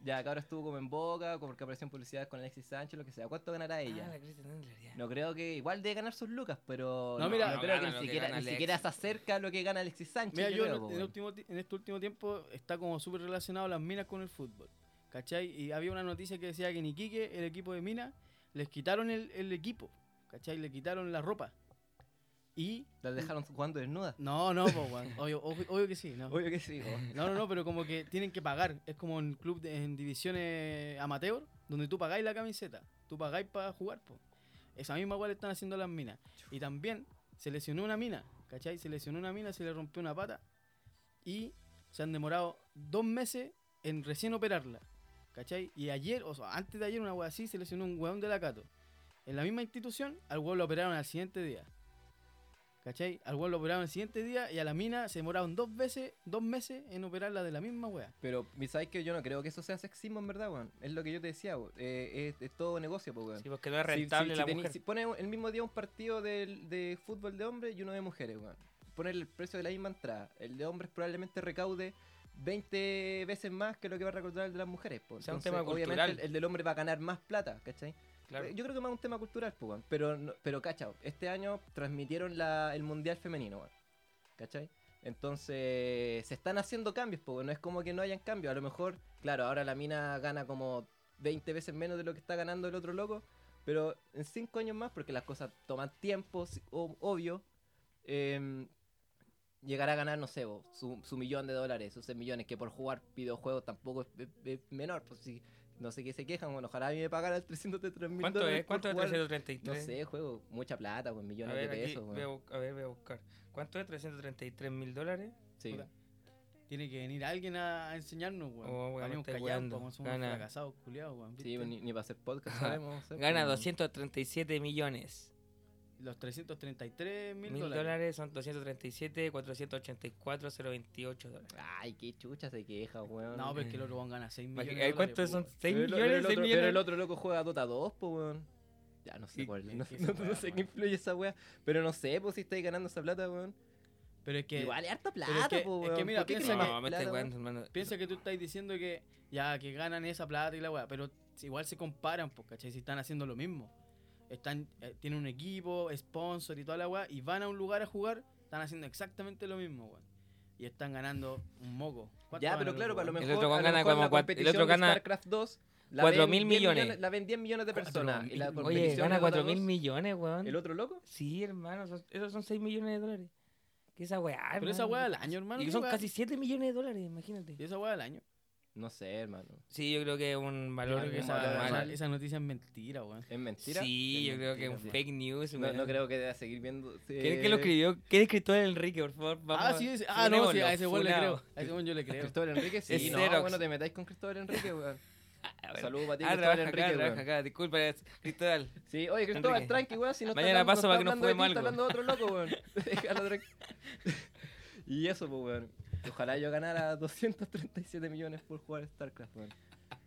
[SPEAKER 1] Ya, que ahora estuvo como en boca, como porque apareció en publicidades con Alexis Sánchez, lo que sea. ¿Cuánto ganará
[SPEAKER 3] Ah,
[SPEAKER 1] ella?
[SPEAKER 3] la Kristen Wiig, ya.
[SPEAKER 1] No creo que. Igual debe ganar sus lucas, pero.
[SPEAKER 2] No, mira,
[SPEAKER 1] yo
[SPEAKER 2] no
[SPEAKER 1] creo que
[SPEAKER 3] gana lo
[SPEAKER 1] ni
[SPEAKER 3] que
[SPEAKER 1] siquiera,
[SPEAKER 3] gana
[SPEAKER 1] ni siquiera se acerca a lo que gana Alexis Sánchez.
[SPEAKER 2] Mira, yo
[SPEAKER 1] creo,
[SPEAKER 2] en-
[SPEAKER 1] po,
[SPEAKER 2] en,
[SPEAKER 1] weón.
[SPEAKER 2] último ti- en este último tiempo está como súper relacionado las minas con el fútbol. ¿Cachai? Y había una noticia que decía que en Iquique, el equipo de minas, les quitaron el, el equipo. ¿Cachai? Le quitaron la ropa. Y.
[SPEAKER 1] Las dejaron jugando desnudas.
[SPEAKER 2] No, no, po, weón. Obvio, obvio, obvio que sí, no.
[SPEAKER 1] Obvio que sí, weón.
[SPEAKER 2] *laughs* No, no, no, pero como que tienen que pagar. Es como en club de- en divisiones amateur, donde tú pagáis la camiseta. Tú pagáis para jugar, po. Esa misma cual están haciendo las minas. Y también se lesionó una mina, ¿cachai? Se lesionó una mina, se le rompió una pata. Y se han demorado dos meses en recién operarla. ¿Cachai? Y ayer, o sea, antes de ayer, una weá así se lesionó un weón de la Cato. En la misma institución, al weón lo operaron al siguiente día. ¿Cachai? Al weón lo operaron al siguiente día y a la mina se demoraron dos veces, dos meses en operarla de la misma weá.
[SPEAKER 1] Pero, mi- ¿sabes que Yo no creo que eso sea sexismo, en verdad, weón. Es lo que yo te decía, weón. Eh, es, es todo negocio, po, weón.
[SPEAKER 3] Sí, porque no es
[SPEAKER 1] Si- si-
[SPEAKER 3] rentable
[SPEAKER 1] si
[SPEAKER 3] la
[SPEAKER 1] tení-
[SPEAKER 3] mujer.
[SPEAKER 1] si pone el mismo día un partido del- de, fútbol de hombres y uno de mujeres, weón. Poner el precio de la misma entrada. El de hombres probablemente recaude 20 veces más que lo que va a recaudar el de las mujeres. po.
[SPEAKER 3] O sea, un
[SPEAKER 1] Entonces,
[SPEAKER 3] tema
[SPEAKER 1] obviamente
[SPEAKER 3] cultural.
[SPEAKER 1] el, el del hombre va a ganar más plata, ¿cachai?
[SPEAKER 3] Claro.
[SPEAKER 1] Eh, Yo creo que más un tema cultural, po, weón. Pero, no- pero cacha, este año transmitieron la- el Mundial Femenino, weón. ¿Cachai? Entonces, se están haciendo cambios, po, weón. no es como que no hayan cambios. A lo mejor, claro, ahora la mina gana como 20 veces menos de lo que está ganando el otro loco, pero en 5 años más, porque las cosas toman tiempo, si- o- obvio, em, llegará a ganar, no sé, bo, su, su millón de dólares, sus 6 millones, que por jugar videojuegos tampoco es, es- es menor, pues si, no sé qué se quejan, bueno, ojalá a mí me *laughs* pagara el 333 mil
[SPEAKER 3] ¿Cuánto
[SPEAKER 1] dólares
[SPEAKER 3] es?
[SPEAKER 1] por
[SPEAKER 3] ¿Cuánto es
[SPEAKER 1] jugar-
[SPEAKER 3] 333?
[SPEAKER 1] No sé, juego, mucha plata, pues
[SPEAKER 3] A
[SPEAKER 1] millones
[SPEAKER 3] ver,
[SPEAKER 1] de
[SPEAKER 3] aquí
[SPEAKER 1] pesos,
[SPEAKER 3] voy a,
[SPEAKER 1] weón.
[SPEAKER 3] bu- a ver, voy a buscar. ¿Cuánto es 333 mil dólares?
[SPEAKER 1] Sí.
[SPEAKER 2] Puta. Tiene que venir alguien a, a enseñarnos, weón.
[SPEAKER 3] Oh, weón, me
[SPEAKER 2] Valíamos
[SPEAKER 3] estoy
[SPEAKER 2] callados,
[SPEAKER 3] weando.
[SPEAKER 2] po, como somos
[SPEAKER 3] Gana.
[SPEAKER 2] fracasados, culiados, weón.
[SPEAKER 1] Sí,
[SPEAKER 2] ¿viste?
[SPEAKER 1] ni, ni para hacer
[SPEAKER 3] *laughs*
[SPEAKER 1] podcast sabemos. pues, hacer,
[SPEAKER 3] Gana
[SPEAKER 1] pero-
[SPEAKER 3] 237 millones.
[SPEAKER 2] Los 333 mil
[SPEAKER 3] Mil
[SPEAKER 2] dólares.
[SPEAKER 3] dólares son 237, 484, 028 dólares.
[SPEAKER 1] Ay, qué chucha se queja, weón.
[SPEAKER 2] No, pero es que el otro weón gana 6 millones.
[SPEAKER 3] Eh. Imagina-
[SPEAKER 2] de dólares,
[SPEAKER 3] ¿Cuántos
[SPEAKER 2] po,
[SPEAKER 3] son?
[SPEAKER 2] weón.
[SPEAKER 3] ¿6
[SPEAKER 1] Pero el-
[SPEAKER 3] millones?
[SPEAKER 1] Pero el,
[SPEAKER 3] ¿Seis
[SPEAKER 1] otro, pero
[SPEAKER 3] millones?
[SPEAKER 1] el otro loco juega Dota 2, pues, weón. Ya, no sé
[SPEAKER 3] Sí,
[SPEAKER 1] cuál.
[SPEAKER 2] es
[SPEAKER 1] No,
[SPEAKER 2] que
[SPEAKER 1] no-
[SPEAKER 2] esa
[SPEAKER 1] no
[SPEAKER 2] weá,
[SPEAKER 1] sé qué
[SPEAKER 2] weón.
[SPEAKER 1] influye esa weá. Pero no sé, pues, si estáis ganando esa plata, weón.
[SPEAKER 2] Pero es que.
[SPEAKER 1] Igual es harta
[SPEAKER 2] es
[SPEAKER 1] plata,
[SPEAKER 2] que-
[SPEAKER 1] po,
[SPEAKER 2] es que
[SPEAKER 1] weón.
[SPEAKER 2] mira,
[SPEAKER 1] ¿Por qué
[SPEAKER 2] piensa
[SPEAKER 1] creen que es
[SPEAKER 2] que-
[SPEAKER 3] No, este me
[SPEAKER 1] plata,
[SPEAKER 3] estoy
[SPEAKER 1] weón?
[SPEAKER 3] weando, hermano.
[SPEAKER 2] Piensa que tú estás diciendo que ya que ganan esa plata y la weá, pero igual se comparan, pues, ¿cachai? Si están haciendo lo mismo. Están, eh, tienen un equipo, sponsor y toda la weá, y van a un lugar a jugar, están haciendo exactamente lo mismo, weón. Y están ganando un moco. ¿Cuánto
[SPEAKER 1] Ya,
[SPEAKER 2] gana
[SPEAKER 1] pero
[SPEAKER 2] el
[SPEAKER 1] claro,
[SPEAKER 2] otro
[SPEAKER 1] para lo
[SPEAKER 2] weón?
[SPEAKER 1] mejor.
[SPEAKER 3] El otro
[SPEAKER 1] a lo
[SPEAKER 3] gana
[SPEAKER 1] mejor
[SPEAKER 3] como
[SPEAKER 1] la
[SPEAKER 3] cuat- el
[SPEAKER 1] competición de
[SPEAKER 3] otro gana-
[SPEAKER 1] StarCraft 2 La
[SPEAKER 3] Cuatro
[SPEAKER 1] ven
[SPEAKER 3] mil
[SPEAKER 1] 10
[SPEAKER 3] millones.
[SPEAKER 1] La ven 10 millones de personas. y la
[SPEAKER 3] Oye,
[SPEAKER 1] competición
[SPEAKER 3] gana
[SPEAKER 1] es
[SPEAKER 3] 4
[SPEAKER 1] otra
[SPEAKER 3] mil
[SPEAKER 1] cosa.
[SPEAKER 3] millones, weón.
[SPEAKER 1] ¿El otro loco?
[SPEAKER 3] Sí, hermano, esos, esos son 6 millones de dólares. Que esa weá,
[SPEAKER 2] Pero esa
[SPEAKER 3] hermano,
[SPEAKER 2] weá al año, hermano.
[SPEAKER 3] Y
[SPEAKER 2] ¿qué
[SPEAKER 3] son
[SPEAKER 2] weá?
[SPEAKER 3] casi 7 millones de dólares, imagínate.
[SPEAKER 2] Y esa weá al año.
[SPEAKER 1] No sé, hermano.
[SPEAKER 3] Sí, yo creo que es un
[SPEAKER 2] Yo
[SPEAKER 3] valor
[SPEAKER 2] creo que
[SPEAKER 1] como
[SPEAKER 2] esa,
[SPEAKER 1] normal.
[SPEAKER 2] esa-
[SPEAKER 3] normal.
[SPEAKER 2] esa noticia es mentira, weón.
[SPEAKER 1] ¿Es mentira?
[SPEAKER 3] Sí,
[SPEAKER 1] Es
[SPEAKER 3] yo creo que es
[SPEAKER 1] mentira,
[SPEAKER 3] un
[SPEAKER 1] sí.
[SPEAKER 3] fake news.
[SPEAKER 1] No,
[SPEAKER 3] weón.
[SPEAKER 1] no creo que deba seguir viendo.
[SPEAKER 3] ¿Quién es que lo escribió? ¿Qué escritor el Enrique, por favor?
[SPEAKER 2] Ah, sí, ese- ah, no, sí,
[SPEAKER 3] funémoslo,
[SPEAKER 2] a ese weón le creo.
[SPEAKER 3] funao.
[SPEAKER 2] A ese weón yo le
[SPEAKER 1] *laughs*
[SPEAKER 2] creo.
[SPEAKER 1] Cristóbal Enrique, sí.
[SPEAKER 3] Es
[SPEAKER 1] no,
[SPEAKER 3] Xerox.
[SPEAKER 1] bueno, te metáis con Cristóbal Enrique, weón.
[SPEAKER 3] *laughs* Ah, bueno.
[SPEAKER 1] Saludos para ti,
[SPEAKER 3] Ah,
[SPEAKER 1] Cristóbal
[SPEAKER 3] trabaja
[SPEAKER 1] Enrique,
[SPEAKER 3] acá, trabaja
[SPEAKER 1] weón.
[SPEAKER 3] acá. Disculpa, es- Cristóbal.
[SPEAKER 1] Sí, oye, Cristóbal,
[SPEAKER 3] Enrique.
[SPEAKER 1] tranqui, weón. Si no está
[SPEAKER 3] Mañana
[SPEAKER 1] hablando-
[SPEAKER 3] paso
[SPEAKER 1] está
[SPEAKER 3] para que nos
[SPEAKER 1] hablando de ti,
[SPEAKER 3] fumemos
[SPEAKER 1] Está
[SPEAKER 3] algo.
[SPEAKER 1] hablando de otro loco, weón.
[SPEAKER 3] *laughs*
[SPEAKER 1] *laughs* Déjalo tranqui. Y eso, pues, weón. Ojalá yo ganara *laughs* 237 millones por jugar StarCraft, weón.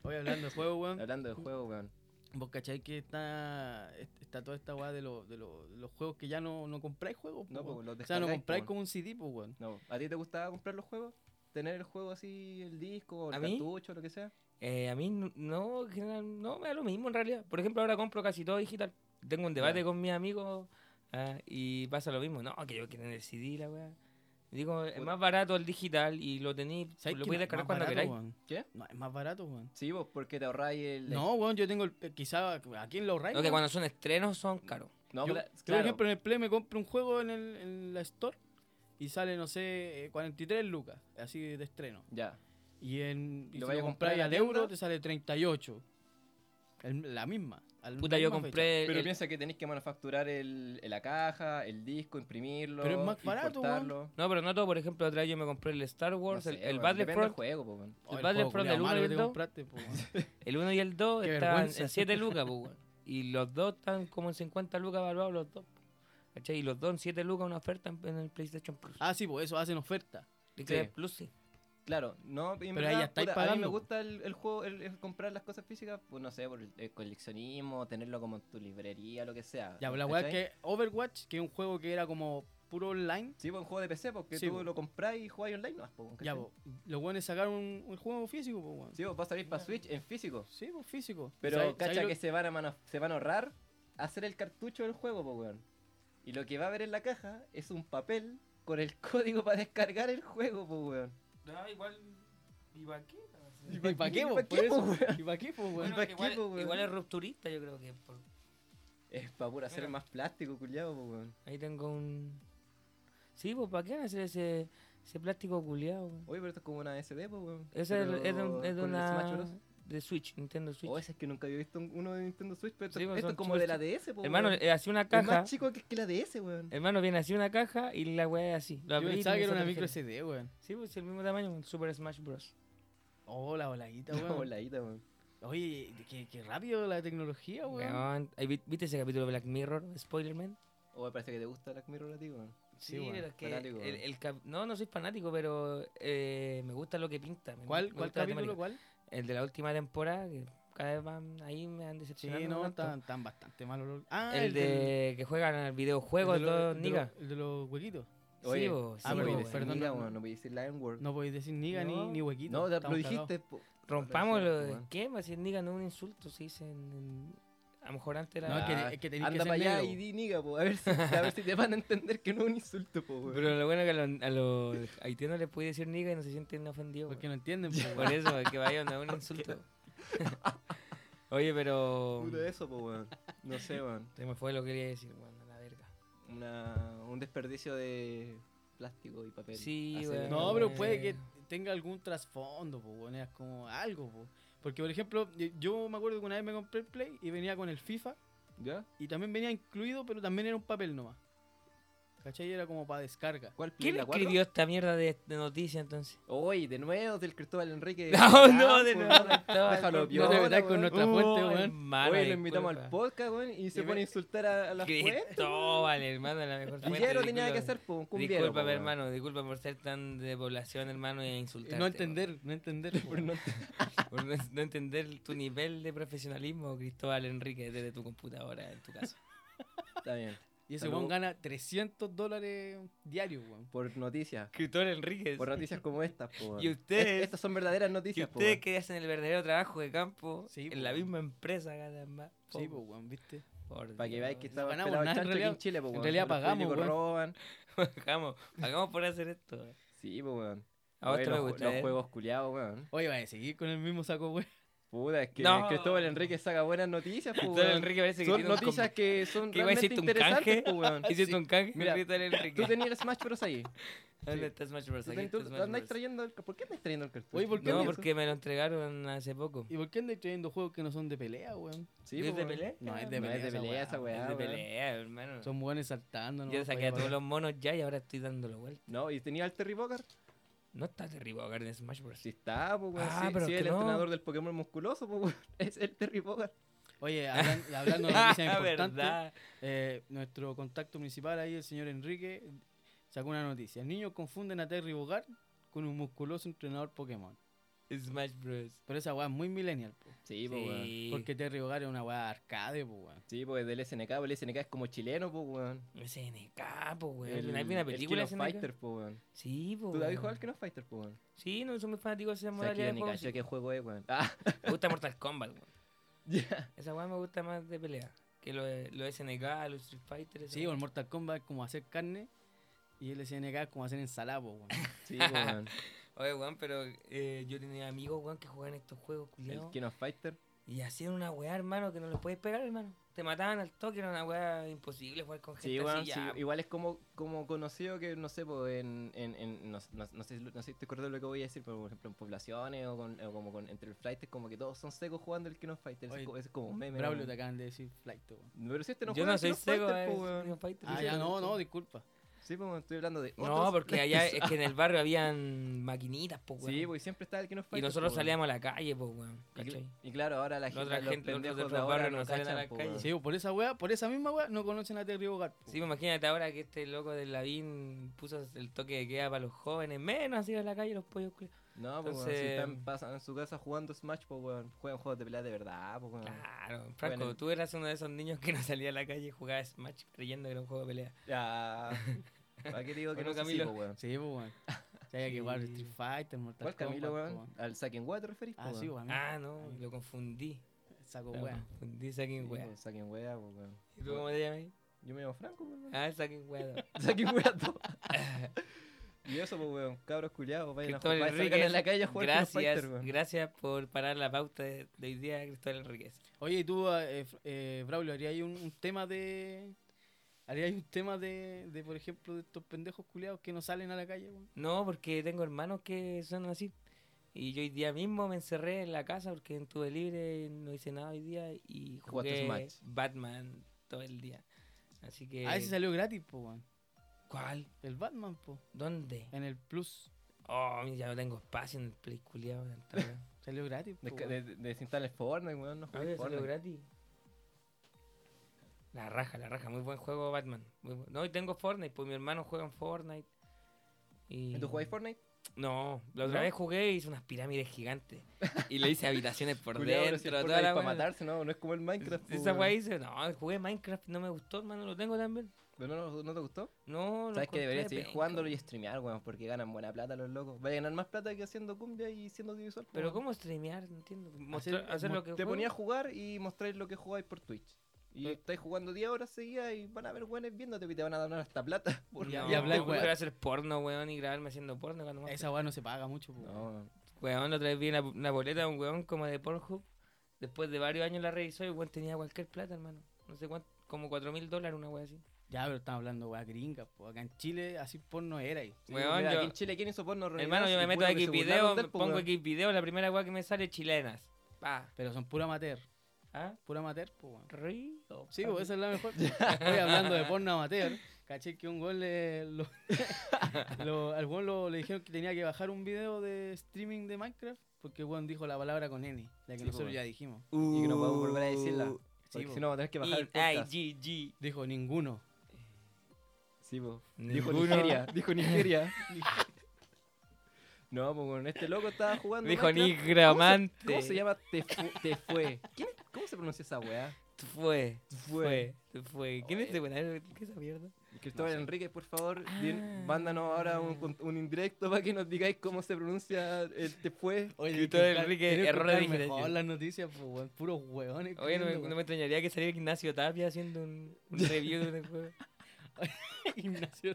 [SPEAKER 2] Hoy hablando de juego, weón.
[SPEAKER 1] Hablando de juego, weón.
[SPEAKER 2] Vos cacháis que está, est- está toda esta weá de, lo- de lo- de los juegos que ya no, no compráis juegos. po,
[SPEAKER 1] No,
[SPEAKER 2] weón.
[SPEAKER 1] pues, los
[SPEAKER 2] o sea, no
[SPEAKER 1] descargáis,
[SPEAKER 2] compráis
[SPEAKER 1] po,
[SPEAKER 2] como un CD, pues, weón.
[SPEAKER 1] No, ¿a ti te gustaba comprar los juegos? ¿Tener el juego así, el disco, o
[SPEAKER 3] ¿A
[SPEAKER 1] el
[SPEAKER 3] mí?
[SPEAKER 1] cartucho, lo que sea?
[SPEAKER 3] Eh, a mí n- no, en general, no me da lo mismo en realidad. Por ejemplo, ahora compro casi todo digital. Tengo un debate
[SPEAKER 1] Ya.
[SPEAKER 3] con mis amigos ah, y pasa lo mismo. No, que yo quiero el CD, la weá. Y Digo, es
[SPEAKER 1] Puta.
[SPEAKER 3] más barato el digital y lo tenéis,
[SPEAKER 2] ¿Sabes
[SPEAKER 3] lo
[SPEAKER 2] que
[SPEAKER 3] podéis
[SPEAKER 2] no-
[SPEAKER 3] descargar
[SPEAKER 2] más
[SPEAKER 3] cuando
[SPEAKER 2] barato,
[SPEAKER 3] queráis.
[SPEAKER 2] weón?
[SPEAKER 1] ¿Qué?
[SPEAKER 2] No, es más barato, weón.
[SPEAKER 1] Sí, vos, porque te ahorráis el...
[SPEAKER 2] No, weón, yo tengo el, eh, quizá aquí en los rayos.
[SPEAKER 3] No, que cuando son estrenos son caros.
[SPEAKER 1] No,
[SPEAKER 2] yo,
[SPEAKER 1] pla-
[SPEAKER 2] yo,
[SPEAKER 1] claro.
[SPEAKER 2] por ejemplo, en el Play me compro un juego en, el, en la Store y sale, no sé, eh, 43 lucas, así de estreno.
[SPEAKER 1] Ya.
[SPEAKER 2] Y, en, y
[SPEAKER 1] ¿Lo
[SPEAKER 2] si
[SPEAKER 1] vaya a comprar
[SPEAKER 2] lo
[SPEAKER 1] en
[SPEAKER 2] compráis
[SPEAKER 1] la
[SPEAKER 2] al
[SPEAKER 1] tienda?
[SPEAKER 2] euro te sale 38. El- la misma. al-
[SPEAKER 3] Puta,
[SPEAKER 2] la
[SPEAKER 3] yo
[SPEAKER 2] misma fecha.
[SPEAKER 3] compré.
[SPEAKER 1] Pero
[SPEAKER 3] el-
[SPEAKER 1] piensa que tenéis que manufacturar el, la caja, el disco, imprimirlo,
[SPEAKER 2] Pero es más barato, weón.
[SPEAKER 1] importarlo.
[SPEAKER 3] No, pero no todo. Por ejemplo, otra vez yo me compré el Star Wars,
[SPEAKER 1] No
[SPEAKER 3] el,
[SPEAKER 1] sé,
[SPEAKER 3] el
[SPEAKER 1] weón, Depende del
[SPEAKER 3] Battlefront,
[SPEAKER 1] juego, po, weón.
[SPEAKER 2] Oh,
[SPEAKER 3] el
[SPEAKER 2] el juego
[SPEAKER 3] Battlefront del uno
[SPEAKER 2] culiao
[SPEAKER 3] y
[SPEAKER 2] malo
[SPEAKER 3] el
[SPEAKER 2] que te
[SPEAKER 3] dos.
[SPEAKER 2] compraste, po, weón.
[SPEAKER 3] el 1 y el 2
[SPEAKER 2] Qué
[SPEAKER 3] están
[SPEAKER 2] vergüenza.
[SPEAKER 3] en 7 lucas, pues, weón. Y los dos están como en 50 lucas evaluados los dos. po. ¿Cachai? Y los dos en 7 lucas una oferta en, en el PlayStation Plus.
[SPEAKER 2] Ah, sí, pues eso hacen oferta.
[SPEAKER 3] Y
[SPEAKER 1] sí.
[SPEAKER 3] que es Plus, sí.
[SPEAKER 1] Claro, no, en
[SPEAKER 2] Pero ahí
[SPEAKER 1] verdad,
[SPEAKER 2] ya estáis
[SPEAKER 1] puta, a mí me
[SPEAKER 2] pagando, po.
[SPEAKER 1] gusta el, el juego, el, el comprar las cosas físicas, pues no sé, por el, el coleccionismo, tenerlo como en tu librería, lo que sea.
[SPEAKER 2] Ya, pues, la weá es
[SPEAKER 1] Ah, ¿cachai?
[SPEAKER 2] que Overwatch, que es un juego que era como puro online,
[SPEAKER 1] Sí, pues un juego de PC, porque
[SPEAKER 2] Sí,
[SPEAKER 1] tú
[SPEAKER 2] po.
[SPEAKER 1] lo comprás y jugás online, no po, weón,
[SPEAKER 2] ya, pues.
[SPEAKER 1] ¿cachai?
[SPEAKER 2] po, los weones sacaron un, un juego físico, po, weón.
[SPEAKER 1] Sí, pues va a salir para Switch en físico.
[SPEAKER 2] Sí, po, físico.
[SPEAKER 1] Pero
[SPEAKER 2] ¿Sabes-
[SPEAKER 1] cacha
[SPEAKER 2] sabes lo-
[SPEAKER 1] que se van, a mano- se van a ahorrar hacer el cartucho del juego, po, weón. Y lo que va a haber en la caja es un papel con el *laughs* código para descargar el juego, po, weón.
[SPEAKER 3] igual. ¿Y para qué?
[SPEAKER 1] *laughs*
[SPEAKER 2] ¿Y para qué,
[SPEAKER 1] ¿Y
[SPEAKER 2] po?
[SPEAKER 1] pa'
[SPEAKER 2] ¿Y
[SPEAKER 1] qué, po,
[SPEAKER 2] para
[SPEAKER 1] weón?
[SPEAKER 2] qué, po, weón?
[SPEAKER 1] Bueno, ¿para qué,
[SPEAKER 3] igual,
[SPEAKER 1] po, weón?
[SPEAKER 3] igual es rupturista, yo creo que. por-
[SPEAKER 1] Es para puro hacer
[SPEAKER 3] Mira.
[SPEAKER 1] más plástico, culiado, po, weón.
[SPEAKER 3] Ahí tengo un. Sí, pues, ¿para qué van a hacer ese, ese plástico culiado, weón?
[SPEAKER 1] Oye, pero esto es como una SD, po, weón.
[SPEAKER 3] Ese es,
[SPEAKER 1] Pero
[SPEAKER 3] es de, un- es de
[SPEAKER 1] con el Smash
[SPEAKER 3] una.
[SPEAKER 1] Bros.
[SPEAKER 3] De Switch, Nintendo Switch.
[SPEAKER 1] O Oh, ese es que nunca había visto un- uno de Nintendo Switch, pero esto,
[SPEAKER 3] Sí, pues,
[SPEAKER 1] esto
[SPEAKER 3] son
[SPEAKER 1] es como de la
[SPEAKER 3] súper
[SPEAKER 1] DS, po,
[SPEAKER 3] hermano,
[SPEAKER 1] weón.
[SPEAKER 3] eh, hacía una
[SPEAKER 1] Es
[SPEAKER 3] caja.
[SPEAKER 1] más chico que, que la DS, weón.
[SPEAKER 3] Hermano, viene así una caja y la weá es así. Lo
[SPEAKER 2] Yo
[SPEAKER 3] abrís y
[SPEAKER 2] pensaba que
[SPEAKER 3] tiene
[SPEAKER 2] era una
[SPEAKER 3] esa
[SPEAKER 2] micro
[SPEAKER 3] tarjeta.
[SPEAKER 2] SD, weón.
[SPEAKER 3] Sí, pues el mismo tamaño, un Super Smash Bros.
[SPEAKER 2] Oh, la voladita,
[SPEAKER 1] Una
[SPEAKER 2] weón.
[SPEAKER 1] voladita, weón.
[SPEAKER 2] Oye, qué, qué rápido la
[SPEAKER 3] Ah,
[SPEAKER 2] tecnología, weón.
[SPEAKER 3] Weón, ahí vi- ¿Viste ese capítulo de Black Mirror, Spoilerman?
[SPEAKER 1] O Oh, me parece que te gusta Black Mirror a ti, weón.
[SPEAKER 2] Sí, weón,
[SPEAKER 3] pero es que
[SPEAKER 1] fanático,
[SPEAKER 3] el-
[SPEAKER 1] weón.
[SPEAKER 3] el cap- no, no soy fanático, pero eh, me gusta lo que pinta. me- me
[SPEAKER 2] ¿Cuál, cuál
[SPEAKER 3] gusta la
[SPEAKER 2] capítulo,
[SPEAKER 3] temática.
[SPEAKER 2] cuál?
[SPEAKER 3] El de la última temporada, que cada vez van, ahí me han
[SPEAKER 2] Sí,
[SPEAKER 3] decepcionado.
[SPEAKER 2] no,
[SPEAKER 3] tanto.
[SPEAKER 2] están, están bastante malos. los- Ah, del-
[SPEAKER 3] el de que juegan al videojuego,
[SPEAKER 2] el de los-
[SPEAKER 3] dos
[SPEAKER 2] el de los-
[SPEAKER 3] niggas.
[SPEAKER 2] El de los huequitos.
[SPEAKER 1] Oye,
[SPEAKER 3] Sí, vos,
[SPEAKER 1] Ah, no
[SPEAKER 3] sí,
[SPEAKER 2] pero
[SPEAKER 1] podéis
[SPEAKER 3] vos,
[SPEAKER 1] decir
[SPEAKER 2] perdón,
[SPEAKER 1] niga,
[SPEAKER 2] no-
[SPEAKER 1] weón, no podéis decir la N-word.
[SPEAKER 2] No podéis decir niga ni,
[SPEAKER 3] No.
[SPEAKER 2] ni huequito.
[SPEAKER 1] No, ya
[SPEAKER 2] estamos
[SPEAKER 1] lo
[SPEAKER 2] cagados.
[SPEAKER 1] dijiste. pues, po.
[SPEAKER 3] Rompamos
[SPEAKER 1] Otra
[SPEAKER 3] lo
[SPEAKER 2] pues,
[SPEAKER 1] vez,
[SPEAKER 3] de
[SPEAKER 1] weón.
[SPEAKER 3] esquema, si nigga no es un insulto, se dice en- en- a lo mejor antes era...
[SPEAKER 2] No, es que-
[SPEAKER 1] Ah,
[SPEAKER 2] es que tenés
[SPEAKER 1] Anda
[SPEAKER 2] que ser
[SPEAKER 1] para allá
[SPEAKER 2] negro.
[SPEAKER 1] y di niga, po. A ver, si, a ver si te van a entender que no es un insulto, po, weón.
[SPEAKER 3] Pero lo bueno es que a los, a los haitianos les puede decir nigga y no se sienten ofendidos.
[SPEAKER 2] Porque no
[SPEAKER 3] weón.
[SPEAKER 2] entienden,
[SPEAKER 1] *laughs*
[SPEAKER 2] pues,
[SPEAKER 3] Por eso, que vaya, no es un insulto. Oye, pero.
[SPEAKER 1] Puro eso, po, weón. No sé, weón.
[SPEAKER 3] Se me fue lo que quería decir, weón, a la verga.
[SPEAKER 1] Una, un desperdicio de plástico y papel.
[SPEAKER 3] Sí,
[SPEAKER 1] Hacer
[SPEAKER 3] weón.
[SPEAKER 2] No, pero puede que
[SPEAKER 3] Eh.
[SPEAKER 2] tenga algún trasfondo, po, weón, es como algo, po. Porque, por ejemplo, yo- yo me acuerdo que una vez me compré el Play y venía con el FIFA
[SPEAKER 1] ¿Ya?
[SPEAKER 2] y también venía incluido, pero también era un papel nomás. ¿Cachai? Era como para descarga.
[SPEAKER 1] ¿Cuál Play,
[SPEAKER 3] ¿Quién
[SPEAKER 1] la cuatro?
[SPEAKER 3] escribió esta mierda de, de noticia entonces?
[SPEAKER 1] Oye, de nuevo del Cristóbal Enrique.
[SPEAKER 3] *laughs* No, no,
[SPEAKER 1] Campo,
[SPEAKER 3] de nuevo.
[SPEAKER 1] weón.
[SPEAKER 3] estaba-
[SPEAKER 1] Déjalo,
[SPEAKER 2] No te metas con
[SPEAKER 1] weón.
[SPEAKER 2] nuestra fuente,
[SPEAKER 3] Oh,
[SPEAKER 2] weón.
[SPEAKER 3] hermano,
[SPEAKER 1] Oye, lo
[SPEAKER 3] disculpa.
[SPEAKER 1] invitamos al podcast, weón, y se
[SPEAKER 3] Dime-
[SPEAKER 1] pone a insultar a, a la
[SPEAKER 3] *laughs*
[SPEAKER 1] fuente.
[SPEAKER 3] Cristóbal, hermano, la mejor
[SPEAKER 1] Y
[SPEAKER 3] fuente.
[SPEAKER 1] ya lo tenía
[SPEAKER 3] disculpa.
[SPEAKER 1] que hacer, po, un cumbiero. po,
[SPEAKER 3] Disculpa,
[SPEAKER 1] weón.
[SPEAKER 3] hermano, disculpa por ser tan de población, hermano, y insultarte.
[SPEAKER 2] No
[SPEAKER 3] weón.
[SPEAKER 2] entender, no
[SPEAKER 3] *laughs*
[SPEAKER 2] entender. po.
[SPEAKER 1] Por no-
[SPEAKER 3] Por no, no entender tu nivel de profesionalismo, Cristóbal Enrique, desde tu computadora, en tu casa.
[SPEAKER 1] Está bien.
[SPEAKER 2] *laughs* Y ese
[SPEAKER 1] Salud.
[SPEAKER 2] weón gana 300 dólares diarios, weón.
[SPEAKER 1] Por
[SPEAKER 3] *laughs*
[SPEAKER 1] noticias.
[SPEAKER 3] Cristóbal Enrique.
[SPEAKER 1] Por noticias como estas, po, weón.
[SPEAKER 3] Y ustedes-
[SPEAKER 1] Es- Estas son verdaderas
[SPEAKER 3] Y
[SPEAKER 1] noticias, po,
[SPEAKER 3] ustedes
[SPEAKER 1] weón.
[SPEAKER 3] que hacen el verdadero trabajo de campo,
[SPEAKER 2] Sí,
[SPEAKER 3] en
[SPEAKER 2] po.
[SPEAKER 3] la misma empresa ganan más.
[SPEAKER 2] Sí, pues, weón, ¿viste?
[SPEAKER 3] Por
[SPEAKER 1] Para que
[SPEAKER 3] Dios.
[SPEAKER 1] veáis que estamos
[SPEAKER 2] ganamos
[SPEAKER 1] pelados
[SPEAKER 2] nada, en
[SPEAKER 1] chancho aquí en
[SPEAKER 2] realidad-
[SPEAKER 1] Chile, po,
[SPEAKER 2] en
[SPEAKER 1] weón.
[SPEAKER 2] realidad
[SPEAKER 1] Los
[SPEAKER 2] pagamos,
[SPEAKER 1] políticos
[SPEAKER 2] weón.
[SPEAKER 1] roban.
[SPEAKER 3] pagamos, pagamos por hacer esto. weón.
[SPEAKER 1] Sí, po, weón.
[SPEAKER 3] A vos
[SPEAKER 1] Oye,
[SPEAKER 3] te me
[SPEAKER 1] los, ju-
[SPEAKER 3] gusta.
[SPEAKER 1] los
[SPEAKER 3] ¿eh?
[SPEAKER 1] juegos culiados, weón.
[SPEAKER 2] Oye, va a seguir con el mismo saco, weón.
[SPEAKER 1] Puta, es que
[SPEAKER 3] No.
[SPEAKER 1] Cristóbal Enrique saca buenas noticias, pues,
[SPEAKER 3] Entonces,
[SPEAKER 1] weón.
[SPEAKER 3] Enrique parece que
[SPEAKER 1] Son
[SPEAKER 3] tiene un
[SPEAKER 1] noticias que son
[SPEAKER 3] que iba a
[SPEAKER 1] realmente
[SPEAKER 3] decirte un canje.
[SPEAKER 1] interesantes, pues, weón.
[SPEAKER 3] com- Hiciste
[SPEAKER 1] Sí.
[SPEAKER 3] un canje,
[SPEAKER 1] Mira,
[SPEAKER 3] Mira, Enrique.
[SPEAKER 1] Tú tenías el Smash Bros. ahí.
[SPEAKER 3] ¿Dónde está Smash Bros?
[SPEAKER 1] Tú
[SPEAKER 3] Aquí
[SPEAKER 1] ten-
[SPEAKER 3] está
[SPEAKER 1] tú
[SPEAKER 3] Smash
[SPEAKER 1] andáis
[SPEAKER 3] Bros.
[SPEAKER 1] trayendo el- ¿Por qué andáis trayendo el cartucho?
[SPEAKER 2] Oye, ¿por qué
[SPEAKER 3] No,
[SPEAKER 2] andáis-
[SPEAKER 3] porque me lo entregaron hace poco.
[SPEAKER 2] ¿Y por qué andáis trayendo juegos que no son de pelea, weón?
[SPEAKER 1] Sí,
[SPEAKER 3] ¿No es
[SPEAKER 1] pues,
[SPEAKER 3] de
[SPEAKER 1] weón.
[SPEAKER 3] pelea?
[SPEAKER 2] No, es de
[SPEAKER 1] No
[SPEAKER 2] pelea.
[SPEAKER 1] es de pelea
[SPEAKER 2] esa
[SPEAKER 1] esa
[SPEAKER 2] weá.
[SPEAKER 1] weá,
[SPEAKER 3] Es de
[SPEAKER 1] weón.
[SPEAKER 3] pelea, hermano.
[SPEAKER 2] Son buenos saltando. ¿no?
[SPEAKER 3] Yo saqué
[SPEAKER 2] Para
[SPEAKER 3] a todos
[SPEAKER 2] llevar.
[SPEAKER 3] los monos ya y ahora estoy dándolo vuelta.
[SPEAKER 1] No, y tenía al Terry Bogard.
[SPEAKER 3] No está terrible jugar en Smash Bros.
[SPEAKER 1] Sí está, pues, weón.
[SPEAKER 3] Ah,
[SPEAKER 1] sí,
[SPEAKER 3] pero
[SPEAKER 1] sí,
[SPEAKER 3] que
[SPEAKER 1] el
[SPEAKER 3] no.
[SPEAKER 1] entrenador del Pokémon musculoso, pues, weón. *laughs* Es el Terry Bogard.
[SPEAKER 2] Oye, hablan- hablando
[SPEAKER 3] *laughs*
[SPEAKER 2] de
[SPEAKER 3] Ah,
[SPEAKER 2] noticias importantes,
[SPEAKER 3] verdad.
[SPEAKER 2] eh, nuestro contacto principal ahí, el señor Enrique, sacó una noticia. Niños confunden a Terry Bogard con un musculoso entrenador Pokémon.
[SPEAKER 3] Smash Bros.
[SPEAKER 2] Pero esa weá es muy millennial, po.
[SPEAKER 1] Sí, pues, weón.
[SPEAKER 2] Porque Terry Bogard es una weá arcade, po, weón.
[SPEAKER 1] Sí, pues del SNK, pues, el SNK es como chileno, pues, weón.
[SPEAKER 3] SNK, po, weón.
[SPEAKER 1] El,
[SPEAKER 3] Una- ¿Hay una
[SPEAKER 1] el
[SPEAKER 3] película de
[SPEAKER 1] King
[SPEAKER 3] SNK?
[SPEAKER 1] of Fighter, pues, weón.
[SPEAKER 3] Sí, po.
[SPEAKER 1] ¿Tú has
[SPEAKER 3] weón.
[SPEAKER 1] jugado al King of Fighter, pues, weón?
[SPEAKER 3] Sí, no soy muy fanático de esa
[SPEAKER 1] O sea, que
[SPEAKER 3] modalidad
[SPEAKER 1] yo
[SPEAKER 3] de
[SPEAKER 1] ni
[SPEAKER 3] juego.
[SPEAKER 1] cacho qué juego es, weón. Ah, *laughs*
[SPEAKER 3] Me gusta Mortal Kombat, weón.
[SPEAKER 1] ya.
[SPEAKER 3] Esa weá me gusta más de pelea. Que lo de, lo de SNK, los Street Fighter. esa
[SPEAKER 2] Sí, o
[SPEAKER 3] weá.
[SPEAKER 2] el Mortal Kombat es como hacer carne y el SNK es como hacer ensalada, po, weón.
[SPEAKER 1] Sí, pues,
[SPEAKER 3] *laughs*
[SPEAKER 1] weón.
[SPEAKER 3] Oye, weón, pero eh, yo tenía amigos, weón, que jugaban estos juegos,
[SPEAKER 1] El
[SPEAKER 3] culiados.
[SPEAKER 1] King of Fighter.
[SPEAKER 3] Y hacían una weá, hermano, que no les podías pegar, hermano. Te mataban al toque, era una weá imposible jugar con gente
[SPEAKER 1] Sí, weón,
[SPEAKER 3] así.
[SPEAKER 1] sí,
[SPEAKER 3] ya,
[SPEAKER 1] igual es como, como conocido que, no sé, pues, en, en, en- no, no- no sé, si lo- no sé si te acuerdas de lo que voy a decir, pero por ejemplo en poblaciones o, con- o como con, entre el flight, como que todos son secos jugando el King of Fighters. Ese
[SPEAKER 2] Oye,
[SPEAKER 1] es co- ese es como *laughs* un meme.
[SPEAKER 2] Braulio
[SPEAKER 1] weón.
[SPEAKER 2] te acaban de decir flight, weón.
[SPEAKER 1] Pero si este no
[SPEAKER 3] yo
[SPEAKER 1] juega
[SPEAKER 3] no
[SPEAKER 1] al King
[SPEAKER 3] soy
[SPEAKER 1] of
[SPEAKER 3] seco,
[SPEAKER 1] Fighter,
[SPEAKER 3] eh,
[SPEAKER 1] po, weón.
[SPEAKER 3] Street Fighter,
[SPEAKER 2] Ah,
[SPEAKER 3] sí,
[SPEAKER 2] ya
[SPEAKER 3] pero-
[SPEAKER 2] no, no, disculpa.
[SPEAKER 1] Sí, pues, weón, estoy hablando de.
[SPEAKER 3] No,
[SPEAKER 1] otros *laughs*
[SPEAKER 3] porque allá es que en el barrio habían maquinitas, pues, weón.
[SPEAKER 1] Sí, pues siempre está el King of
[SPEAKER 3] y
[SPEAKER 1] Fighters.
[SPEAKER 3] nosotros
[SPEAKER 1] po, weón.
[SPEAKER 3] salíamos a la calle, pues, weón.
[SPEAKER 1] Y cl-
[SPEAKER 3] ¿Cachai?
[SPEAKER 1] Y claro, ahora la
[SPEAKER 3] La
[SPEAKER 1] gente,
[SPEAKER 3] otra
[SPEAKER 1] los
[SPEAKER 3] gente, los otros
[SPEAKER 1] pendejos de
[SPEAKER 3] del
[SPEAKER 1] ahora
[SPEAKER 3] barrio
[SPEAKER 1] no
[SPEAKER 3] no salen
[SPEAKER 1] cachan,
[SPEAKER 3] a la
[SPEAKER 1] po,
[SPEAKER 3] calle.
[SPEAKER 1] weón.
[SPEAKER 2] Sí, po, por esa weá, por esa misma weá, no conocen a Terry Bogard. po.
[SPEAKER 3] Sí, pues, imagínate ahora que este loco del Lavín puso el toque de queda para los jóvenes, menos así a la calle los pollos. culiao.
[SPEAKER 1] No, pues, weón, si
[SPEAKER 3] Entonces- mm.
[SPEAKER 1] están pasan en su casa jugando Smash, pues, weón, juegan juegos de pelea de verdad, pues, weón.
[SPEAKER 3] Claro, Franco,
[SPEAKER 1] Bueno.
[SPEAKER 3] tú eras uno de esos niños que no salía a la calle y jugaba Smash creyendo que era un juego de pelea. *laughs*
[SPEAKER 1] Ya. ¿Para qué te digo que
[SPEAKER 3] Bueno,
[SPEAKER 1] no sé si,
[SPEAKER 3] Camilo.
[SPEAKER 1] po, weón?
[SPEAKER 2] Sí, po,
[SPEAKER 1] *laughs*
[SPEAKER 2] weón. O sea, hay que
[SPEAKER 3] Sí.
[SPEAKER 2] jugar Street Fighter, Mortal
[SPEAKER 1] ¿Cuál Camilo,
[SPEAKER 2] Kombat, po,
[SPEAKER 1] weón? ¿Al Sack and Wea te referís, po,
[SPEAKER 2] Ah, sí, weón.
[SPEAKER 3] Ah, no, lo confundí.
[SPEAKER 2] Saco
[SPEAKER 3] Lo
[SPEAKER 2] weá.
[SPEAKER 3] confundí, saquen
[SPEAKER 1] Sí, pues.
[SPEAKER 3] wea.
[SPEAKER 1] po, Sack and Wea, po, weón.
[SPEAKER 3] ¿Y tú cómo te llamas?
[SPEAKER 1] Yo me llamo Franco, po, weón.
[SPEAKER 3] *laughs* Ah, saquen
[SPEAKER 1] *laughs*
[SPEAKER 3] wea.
[SPEAKER 1] Sack and Wea,
[SPEAKER 3] *laughs*
[SPEAKER 1] todo. Y eso, pues, weón, cabros culiados, vayan a
[SPEAKER 3] Cristóbal
[SPEAKER 1] jugar, salgan
[SPEAKER 3] Enriquez,
[SPEAKER 1] a la calle a jugar King of
[SPEAKER 3] gracias,
[SPEAKER 1] Fighter, weón.
[SPEAKER 3] gracias por parar la pauta de, de hoy día, Cristóbal Enriquez.
[SPEAKER 2] Oye, ¿y tú, eh, Fr- eh, Braulio, harías ahí un, un tema de. Harías ahí un tema de, de, por ejemplo, de estos pendejos culiados que no salen a la calle, weón?
[SPEAKER 3] No, porque tengo hermanos que son así. Y yo hoy día mismo me encerré en la casa porque estuve libre, no hice nada hoy día y
[SPEAKER 1] Jugaste
[SPEAKER 3] jugué
[SPEAKER 1] Smash.
[SPEAKER 3] Batman todo el día. Así
[SPEAKER 1] Eh.
[SPEAKER 3] que...
[SPEAKER 2] Ah, ese salió gratis, po, weón.
[SPEAKER 3] ¿Cuál?
[SPEAKER 2] El Batman, po.
[SPEAKER 3] ¿Dónde?
[SPEAKER 2] En el Plus.
[SPEAKER 3] Oh, mira, ya no tengo espacio en el Play culiao, la entrada.
[SPEAKER 2] Salió gratis, po,
[SPEAKER 1] Desca-
[SPEAKER 2] weón.
[SPEAKER 1] de- de- Desinstala el Fortnite, weón, no
[SPEAKER 3] Ah,
[SPEAKER 1] juegues
[SPEAKER 3] ya salió
[SPEAKER 1] Fortnite.
[SPEAKER 3] gratis. La raja, la raja, muy buen juego Batman. Muy bu- No, y tengo Fortnite, pues mi hermano juega en Fortnite. Y...
[SPEAKER 1] ¿Y ¿Tú jugáis Fortnite?
[SPEAKER 3] No, la otra
[SPEAKER 1] ¿No?
[SPEAKER 3] vez jugué y hice unas pirámides gigantes. Y le hice habitaciones por
[SPEAKER 1] Culiao, pero si el Fortnite
[SPEAKER 3] dentro, toda
[SPEAKER 1] es
[SPEAKER 3] la
[SPEAKER 1] para
[SPEAKER 3] wea.
[SPEAKER 1] matarse, no, no es como el Minecraft, po,
[SPEAKER 3] Esa
[SPEAKER 1] weón.
[SPEAKER 3] weá hice, no, jugué Minecraft, no me gustó, hermano, lo tengo también.
[SPEAKER 1] ¿Pero no, no te gustó?
[SPEAKER 3] No, lo
[SPEAKER 1] Sabes que
[SPEAKER 3] encontré
[SPEAKER 1] deberías seguir
[SPEAKER 3] penca,
[SPEAKER 1] jugándolo
[SPEAKER 3] weón.
[SPEAKER 1] y streamear, weón, porque ganan buena plata los locos. Va a ganar más plata que haciendo cumbia y siendo audiovisual. po,
[SPEAKER 3] Pero
[SPEAKER 1] weón.
[SPEAKER 3] ¿cómo streamear? No entiendo.
[SPEAKER 2] Hacer-
[SPEAKER 3] Mostrar- hacer lo que
[SPEAKER 1] Te
[SPEAKER 3] juego.
[SPEAKER 1] ponía a jugar y mostráis lo que jugáis por Twitch. Y
[SPEAKER 3] Eh.
[SPEAKER 2] Pero-
[SPEAKER 1] estáis jugando 10 horas seguidas y van a ver weones viéndote y te van a dar hasta plata. *laughs* por-
[SPEAKER 2] Ya,
[SPEAKER 3] No,
[SPEAKER 2] y hablar,
[SPEAKER 3] yo
[SPEAKER 2] weón.
[SPEAKER 3] prefiero hacer porno, weón, y grabarme haciendo porno cuando más.
[SPEAKER 2] Esa weá no se paga mucho, po, weón.
[SPEAKER 1] No,
[SPEAKER 3] Weón, la otra vez vi una, una boleta de un weón como de Pornhub. Después de varios años la revisó y el weón tenía cualquier plata, hermano. No sé cuánto, como 4 mil dólares una weá así.
[SPEAKER 2] Ya, pero estamos hablando weá gringa, po. Acá en Chile así porno era ahí.
[SPEAKER 1] sí,
[SPEAKER 3] Weón,
[SPEAKER 1] porque
[SPEAKER 3] yo-
[SPEAKER 1] aquí en Chile, ¿quién hizo porno
[SPEAKER 3] hermano, yo me meto a Xvideo, me pongo Xvideo, la primera weá que me sale chilenas. Pa.
[SPEAKER 2] Pero son pura amateur.
[SPEAKER 3] ¿Ah?
[SPEAKER 2] Pura amateur, po, weón.
[SPEAKER 3] Río.
[SPEAKER 2] Sí,
[SPEAKER 3] papi.
[SPEAKER 2] pues esa es la mejor.
[SPEAKER 1] *laughs*
[SPEAKER 2] Hoy hablando de porno amateur, caché que un gol le, lo, *laughs* lo- al weón lo- le dijeron que tenía que bajar un video de streaming de Minecraft porque el weón dijo la palabra con N, la que
[SPEAKER 1] Sí,
[SPEAKER 2] nosotros
[SPEAKER 1] pues.
[SPEAKER 2] ya dijimos.
[SPEAKER 1] Y que no podemos volver a decirla.
[SPEAKER 3] Uh,
[SPEAKER 1] Porque
[SPEAKER 2] po.
[SPEAKER 1] si no, vamos a tener que bajar el podcast.
[SPEAKER 3] IGG.
[SPEAKER 2] Dijo ninguno.
[SPEAKER 1] Sí, po. Dijo
[SPEAKER 3] Ninguno.
[SPEAKER 1] Nigeria.
[SPEAKER 3] *laughs*
[SPEAKER 1] Dijo Nigeria. no, pues weón, este loco estaba jugando.
[SPEAKER 3] Dijo
[SPEAKER 1] Minecraft.
[SPEAKER 3] Nigramante.
[SPEAKER 1] ¿Cómo se llama? Te, fu- te fue. ¿Quién- ¿Cómo se pronuncia esa weá?
[SPEAKER 3] Fue.
[SPEAKER 1] Fue.
[SPEAKER 3] Fue. Fue. ¿Quién
[SPEAKER 1] Oye.
[SPEAKER 3] es ese weón? ¿Qué es esa mierda?
[SPEAKER 1] Cristóbal
[SPEAKER 2] No sé.
[SPEAKER 1] Enrique, por favor, di-
[SPEAKER 3] Ah.
[SPEAKER 1] mándanos ahora un, con- un indirecto para que nos digáis cómo se pronuncia el te fue.
[SPEAKER 2] Oye,
[SPEAKER 3] Gritó
[SPEAKER 2] tenés que
[SPEAKER 3] Enrique,
[SPEAKER 2] tenés que
[SPEAKER 3] error de
[SPEAKER 2] buscar
[SPEAKER 3] digitación.
[SPEAKER 2] mejor las noticias, pues, weón, puros hueones.
[SPEAKER 3] Oye, no me,
[SPEAKER 2] escribiendo,
[SPEAKER 3] no me extrañaría que saliera
[SPEAKER 1] *laughs*
[SPEAKER 3] Ignacio Tapia haciendo un, un review de un juego.
[SPEAKER 2] weón. Ignacio.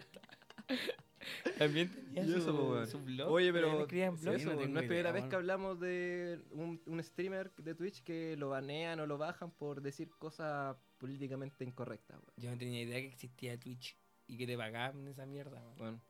[SPEAKER 3] También tenía
[SPEAKER 1] Y
[SPEAKER 3] su,
[SPEAKER 1] eso, pues, weón.
[SPEAKER 3] su blog.
[SPEAKER 1] Oye,
[SPEAKER 3] pero él
[SPEAKER 1] pero
[SPEAKER 3] escribía en
[SPEAKER 1] sí,
[SPEAKER 3] blog.
[SPEAKER 2] eso,
[SPEAKER 1] no,
[SPEAKER 2] no tengo
[SPEAKER 1] es primera
[SPEAKER 2] idea,
[SPEAKER 1] vez
[SPEAKER 2] bueno.
[SPEAKER 1] que hablamos de un, un streamer de Twitch que lo banean o lo bajan por decir cosas políticamente incorrectas. weón.
[SPEAKER 3] Yo no tenía idea que existía Twitch y que te pagaban esa mierda. weón.
[SPEAKER 1] Bueno.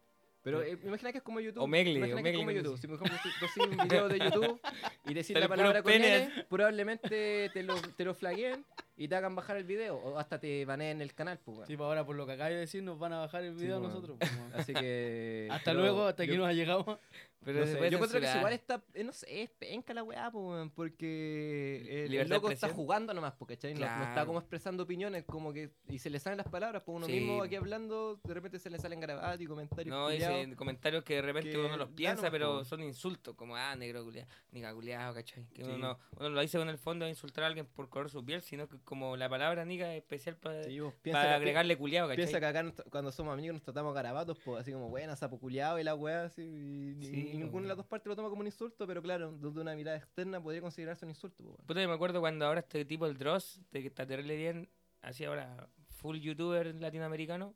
[SPEAKER 1] Pero eh, imagina que es como YouTube.
[SPEAKER 3] Omegle,
[SPEAKER 1] imagina que es
[SPEAKER 3] omegle
[SPEAKER 1] como
[SPEAKER 3] que
[SPEAKER 1] YouTube.
[SPEAKER 3] dice.
[SPEAKER 1] Si por ejemplo tú- tú haces un video de YouTube y decís
[SPEAKER 3] Sale
[SPEAKER 1] la palabra
[SPEAKER 3] puros
[SPEAKER 1] con
[SPEAKER 3] penes.
[SPEAKER 1] N, probablemente te lo, te lo flaguen y te hagan bajar el video o hasta te baneen el canal. Pues, weón.
[SPEAKER 2] Sí, pues ahora por lo que acabas de decir nos van a bajar el
[SPEAKER 1] Sí,
[SPEAKER 2] video a
[SPEAKER 1] weón.
[SPEAKER 2] nosotros. pues,
[SPEAKER 1] *laughs*
[SPEAKER 2] weón.
[SPEAKER 1] Así que.
[SPEAKER 2] hasta
[SPEAKER 1] pero
[SPEAKER 2] luego, hasta
[SPEAKER 1] yo-
[SPEAKER 2] que nos ha llegado.
[SPEAKER 3] Pero
[SPEAKER 1] no
[SPEAKER 3] se
[SPEAKER 1] sé,
[SPEAKER 3] puede
[SPEAKER 1] yo creo que
[SPEAKER 3] censurar.
[SPEAKER 1] si igual está, eh, no sé, es penca la weá, po, weón, porque el- el,
[SPEAKER 3] Libertad de
[SPEAKER 1] loco está
[SPEAKER 3] expresión.
[SPEAKER 1] jugando nomás, porque no, no está
[SPEAKER 3] Claro.
[SPEAKER 1] como expresando opiniones, como que, y se le salen las palabras, pues uno
[SPEAKER 3] Sí,
[SPEAKER 1] mismo
[SPEAKER 3] po.
[SPEAKER 1] aquí hablando, de repente se le salen grabadas y comentarios.
[SPEAKER 3] No,
[SPEAKER 1] culiados.
[SPEAKER 3] dicen comentarios que de repente
[SPEAKER 1] que
[SPEAKER 3] uno los
[SPEAKER 1] ya
[SPEAKER 3] piensa,
[SPEAKER 1] nomás,
[SPEAKER 3] pero
[SPEAKER 1] po.
[SPEAKER 3] son insultos, como, ah, negro culiado, nigga culiado, ¿cachai? Que uno,
[SPEAKER 1] Sí.
[SPEAKER 3] no- uno lo dice con el fondo de insultar a alguien por color su piel, sino que como la palabra nigga es especial para,
[SPEAKER 1] Sí, po, piensa,
[SPEAKER 3] para
[SPEAKER 1] que-
[SPEAKER 3] agregarle culiado, ¿cachai?
[SPEAKER 1] piensa que acá nos- cuando somos amigos nos tratamos garabatos, pues así como, bueno, sapo culiado y la weá, así, y, y-
[SPEAKER 3] Sí,
[SPEAKER 1] y
[SPEAKER 3] po,
[SPEAKER 1] ninguna de
[SPEAKER 3] weón.
[SPEAKER 1] las dos partes lo toma como un insulto, pero claro, desde una mirada externa podría considerarse un insulto, po, weón.
[SPEAKER 3] Puta, yo me acuerdo cuando ahora este tipo, el Dross, de que está terrible bien, así ahora, full youtuber latinoamericano,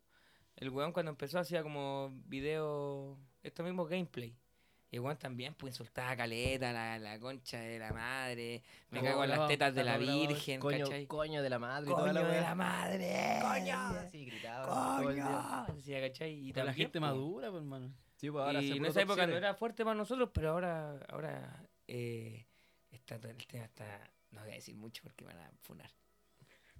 [SPEAKER 3] el weón cuando empezó hacía como video, esto mismo, gameplay. Y el weón también, pues insultaba a Caleta, la, la concha de la madre, me
[SPEAKER 2] Está
[SPEAKER 3] cago en las
[SPEAKER 2] bravo,
[SPEAKER 3] tetas de
[SPEAKER 1] Está
[SPEAKER 3] la
[SPEAKER 1] colorado,
[SPEAKER 3] virgen,
[SPEAKER 1] coño,
[SPEAKER 3] ¿cachai?
[SPEAKER 1] coño de la madre, y toda
[SPEAKER 3] Coño
[SPEAKER 1] la
[SPEAKER 3] de
[SPEAKER 1] weá.
[SPEAKER 3] la madre,
[SPEAKER 1] *laughs* Coño, sí, gritaba. todo el día.
[SPEAKER 3] coño, decía, ¿cachai? Y
[SPEAKER 2] Pero la
[SPEAKER 3] también,
[SPEAKER 2] gente
[SPEAKER 3] pues,
[SPEAKER 2] madura, pues, hermano.
[SPEAKER 1] Sí, pues ahora
[SPEAKER 3] y
[SPEAKER 1] se
[SPEAKER 3] en
[SPEAKER 1] puso
[SPEAKER 3] esa
[SPEAKER 1] top
[SPEAKER 3] época no
[SPEAKER 1] siete.
[SPEAKER 3] era fuerte para nosotros, pero ahora, ahora eh, está, todo el tema está. No voy a decir mucho porque me van a funar.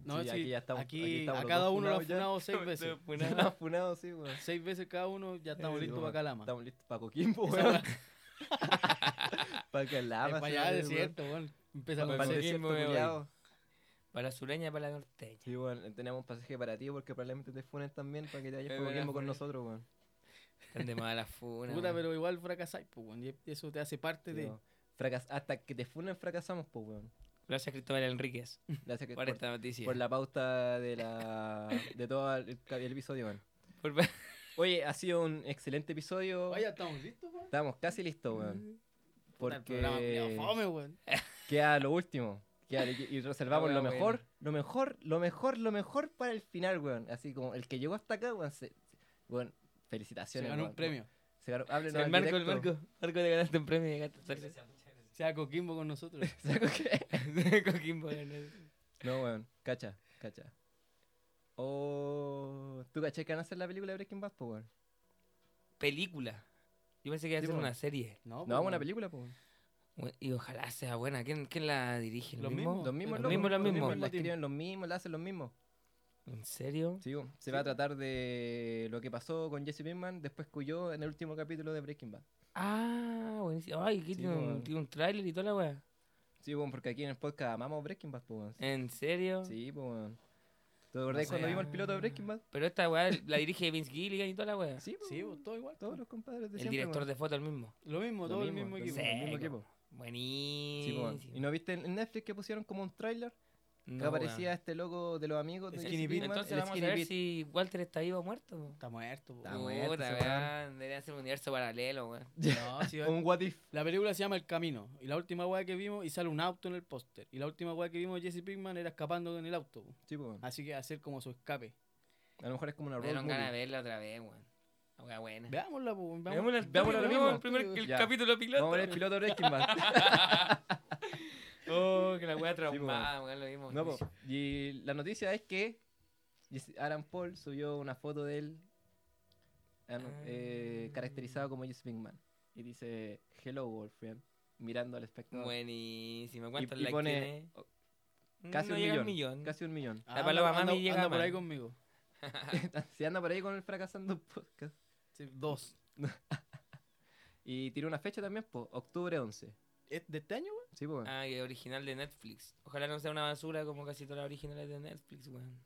[SPEAKER 2] No,
[SPEAKER 1] Sí,
[SPEAKER 2] sí,
[SPEAKER 1] aquí
[SPEAKER 2] aquí,
[SPEAKER 1] ya estamos- aquí estamos
[SPEAKER 2] a
[SPEAKER 1] los
[SPEAKER 2] cada
[SPEAKER 1] dos
[SPEAKER 2] uno lo ha
[SPEAKER 1] funados ya.
[SPEAKER 2] funado
[SPEAKER 1] *laughs*
[SPEAKER 2] seis veces.
[SPEAKER 1] Estamos funados, sí, weón.
[SPEAKER 2] Seis veces cada uno, ya estamos
[SPEAKER 1] Sí,
[SPEAKER 2] listos
[SPEAKER 1] weón.
[SPEAKER 2] para Calama.
[SPEAKER 1] *laughs* Estamos listos para Coquimbo,
[SPEAKER 2] Esa
[SPEAKER 1] weón.
[SPEAKER 2] weá-
[SPEAKER 1] *laughs* Para Calama.
[SPEAKER 2] es para allá, es desierto, weón. Empieza
[SPEAKER 1] Para
[SPEAKER 2] con
[SPEAKER 1] el
[SPEAKER 3] Coquimbo,
[SPEAKER 2] seis.
[SPEAKER 1] desierto,
[SPEAKER 3] weón.
[SPEAKER 1] culiao.
[SPEAKER 3] *laughs* Para la sureña y para la norteña.
[SPEAKER 1] Sí, weón. Tenemos un pasaje para ti porque probablemente te funen también para que te vayas
[SPEAKER 3] Me
[SPEAKER 1] para
[SPEAKER 3] van a
[SPEAKER 1] Coquimbo con
[SPEAKER 3] funar.
[SPEAKER 1] nosotros, weón.
[SPEAKER 3] Están de mala funa.
[SPEAKER 2] Puta,
[SPEAKER 3] weón.
[SPEAKER 2] pero igual fracasáis, pues, weón. Y eso te hace parte
[SPEAKER 1] Sí,
[SPEAKER 2] de.
[SPEAKER 1] weón. Fracas- Hasta que te funen, fracasamos, pues, weón.
[SPEAKER 3] Gracias, Cristóbal Enríquez,
[SPEAKER 1] Gracias que-
[SPEAKER 3] por
[SPEAKER 1] por,
[SPEAKER 3] esta noticia.
[SPEAKER 1] por la pauta de la de todo el, el episodio, weón.
[SPEAKER 3] *laughs* Por-
[SPEAKER 1] Oye, ha sido un excelente episodio.
[SPEAKER 2] Vaya, estamos listos, weón.
[SPEAKER 1] Estamos casi listos, weón.
[SPEAKER 2] Puta, el programa culiao
[SPEAKER 1] Porque
[SPEAKER 2] fome, weón.
[SPEAKER 1] queda lo último. Queda- y, y reservamos
[SPEAKER 3] Ah,
[SPEAKER 1] lo
[SPEAKER 3] bueno.
[SPEAKER 1] mejor, lo mejor, lo mejor, lo mejor para el final, weón. Así como el que llegó hasta acá, weón, se- weón,
[SPEAKER 2] Se
[SPEAKER 1] felicitaciones.
[SPEAKER 2] ganó
[SPEAKER 1] weón.
[SPEAKER 2] un premio.
[SPEAKER 1] Se ganó, háblenos
[SPEAKER 3] el
[SPEAKER 1] al
[SPEAKER 3] marco,
[SPEAKER 1] *laughs*
[SPEAKER 3] el
[SPEAKER 1] directo.
[SPEAKER 3] marco. Marco, te ganaste un premio y ganaste
[SPEAKER 2] Se da Coquimbo
[SPEAKER 1] *laughs*
[SPEAKER 2] con nosotros.
[SPEAKER 1] ¿Sabes qué?
[SPEAKER 3] *laughs* Coquimbo ganó.
[SPEAKER 1] No, weón, cacha, cacha. Oh, ¿tú caché que van a hacer la película de Breaking Bad, po, weón?
[SPEAKER 3] Película. Yo pensé que iba a
[SPEAKER 1] Sí,
[SPEAKER 3] ser
[SPEAKER 1] weón.
[SPEAKER 3] una serie.
[SPEAKER 2] No, pues,
[SPEAKER 1] No, una
[SPEAKER 2] weón.
[SPEAKER 1] película, po, weón.
[SPEAKER 3] Bueno, Y ojalá sea buena. ¿Quién, quién la dirige? ¿El
[SPEAKER 2] Los
[SPEAKER 3] mismo?
[SPEAKER 2] mismos.
[SPEAKER 1] Los mismos,
[SPEAKER 3] Los
[SPEAKER 1] locos,
[SPEAKER 3] mismos, los mismos.
[SPEAKER 1] La
[SPEAKER 2] Los mismos.
[SPEAKER 1] escriben los mismos, la hacen los mismos.
[SPEAKER 3] ¿En serio?
[SPEAKER 1] Sí, weón. se va a tratar de lo que pasó con Jesse Pinkman después cuyó en el último capítulo de Breaking Bad.
[SPEAKER 3] Ah, buenísimo. Ay, que
[SPEAKER 1] Sí,
[SPEAKER 3] tiene,
[SPEAKER 1] weón.
[SPEAKER 3] un, tiene un tráiler y toda la weá.
[SPEAKER 1] Sí, weón, porque aquí en el podcast amamos Breaking Bad, po, weón.
[SPEAKER 3] ¿En serio?
[SPEAKER 1] Sí, pues, weón. ¿Te acordás
[SPEAKER 3] O
[SPEAKER 1] cuando
[SPEAKER 3] sea,
[SPEAKER 1] vimos el piloto de Breaking Bad?
[SPEAKER 3] Pero esta weá *laughs* la dirige Vince Gilligan y toda la weá.
[SPEAKER 1] Sí, pues,
[SPEAKER 2] Sí, pues, todo igual.
[SPEAKER 1] todos los compadres de
[SPEAKER 3] el
[SPEAKER 1] siempre,
[SPEAKER 3] director
[SPEAKER 1] weón.
[SPEAKER 3] de foto el mismo.
[SPEAKER 2] Lo mismo,
[SPEAKER 1] Lo
[SPEAKER 2] todo el
[SPEAKER 1] mismo,
[SPEAKER 2] mismo
[SPEAKER 1] lo
[SPEAKER 2] equipo.
[SPEAKER 1] mismo, el mismo
[SPEAKER 3] Sí,
[SPEAKER 1] equipo. Sí, pues,
[SPEAKER 3] Buenísimo.
[SPEAKER 1] weón. ¿Y no viste en Netflix que pusieron como un tráiler?
[SPEAKER 3] No,
[SPEAKER 1] que aparecía
[SPEAKER 3] weón.
[SPEAKER 1] este loco de los amigos de
[SPEAKER 2] Ese-
[SPEAKER 1] Jesse
[SPEAKER 2] Skinny Pete.
[SPEAKER 1] Pinkman,
[SPEAKER 3] Entonces
[SPEAKER 1] el
[SPEAKER 3] vamos a
[SPEAKER 1] Skinny
[SPEAKER 3] ver
[SPEAKER 1] Pete.
[SPEAKER 3] si Walter está vivo o muerto.
[SPEAKER 2] Está muerto, po.
[SPEAKER 1] Está
[SPEAKER 3] Puta,
[SPEAKER 1] muerto ese
[SPEAKER 3] weón. Debería ser un universo paralelo, weón.
[SPEAKER 1] *laughs*
[SPEAKER 2] No, sí,
[SPEAKER 1] *laughs*
[SPEAKER 2] weón.
[SPEAKER 1] Un what if.
[SPEAKER 2] La película se llama El Camino. Y la última weá que vimos, y sale un auto en el póster. Y la última weá que vimos, Jesse Pinkman era escapando en el auto. po.
[SPEAKER 1] Sí, pues, weón.
[SPEAKER 2] Así que hacer como su escape.
[SPEAKER 1] a lo mejor es como una
[SPEAKER 3] Me
[SPEAKER 1] road
[SPEAKER 3] dieron ganas de
[SPEAKER 1] movie.
[SPEAKER 3] verla otra vez, weón. Una weá buena.
[SPEAKER 2] Veámosla, po, weón,
[SPEAKER 3] Veamos la-
[SPEAKER 2] veámosla.
[SPEAKER 1] veamos
[SPEAKER 3] veamos
[SPEAKER 1] lo mismo.
[SPEAKER 3] el primer el
[SPEAKER 1] Ya.
[SPEAKER 3] capítulo piloto.
[SPEAKER 1] Vamos a ver el piloto de Breaking Bad.
[SPEAKER 3] Oh, que la
[SPEAKER 1] pues,
[SPEAKER 3] wea traumada, weón, lo vimos.
[SPEAKER 1] No, po. Y la noticia es que Jesse- Aaron Paul subió una foto de él ah, no, eh,
[SPEAKER 3] Ah.
[SPEAKER 1] caracterizado como Jesse Pinkman. Y dice, hello, Wolfriend, mirando al espectador.
[SPEAKER 3] Buenísima. ¿Cuánto
[SPEAKER 1] y
[SPEAKER 3] la
[SPEAKER 1] pone
[SPEAKER 3] tiene?
[SPEAKER 1] Casi
[SPEAKER 3] no
[SPEAKER 1] un
[SPEAKER 3] llega al
[SPEAKER 1] millón,
[SPEAKER 3] millón.
[SPEAKER 1] Casi un millón. *laughs*
[SPEAKER 2] Ah, anda-
[SPEAKER 3] paloma mami
[SPEAKER 2] anda-
[SPEAKER 3] llega
[SPEAKER 2] anda por
[SPEAKER 3] mal.
[SPEAKER 2] ahí conmigo.
[SPEAKER 1] Se anda por ahí con el fracasando podcast.
[SPEAKER 2] Sí, dos.
[SPEAKER 1] Y tiró una fecha también, po, octubre 11.
[SPEAKER 2] ¿Es de este año, weón?
[SPEAKER 1] Sí, po, weón.
[SPEAKER 3] Ah, y original de Netflix. Ojalá no sea una basura como casi todas las originales de Netflix, weón.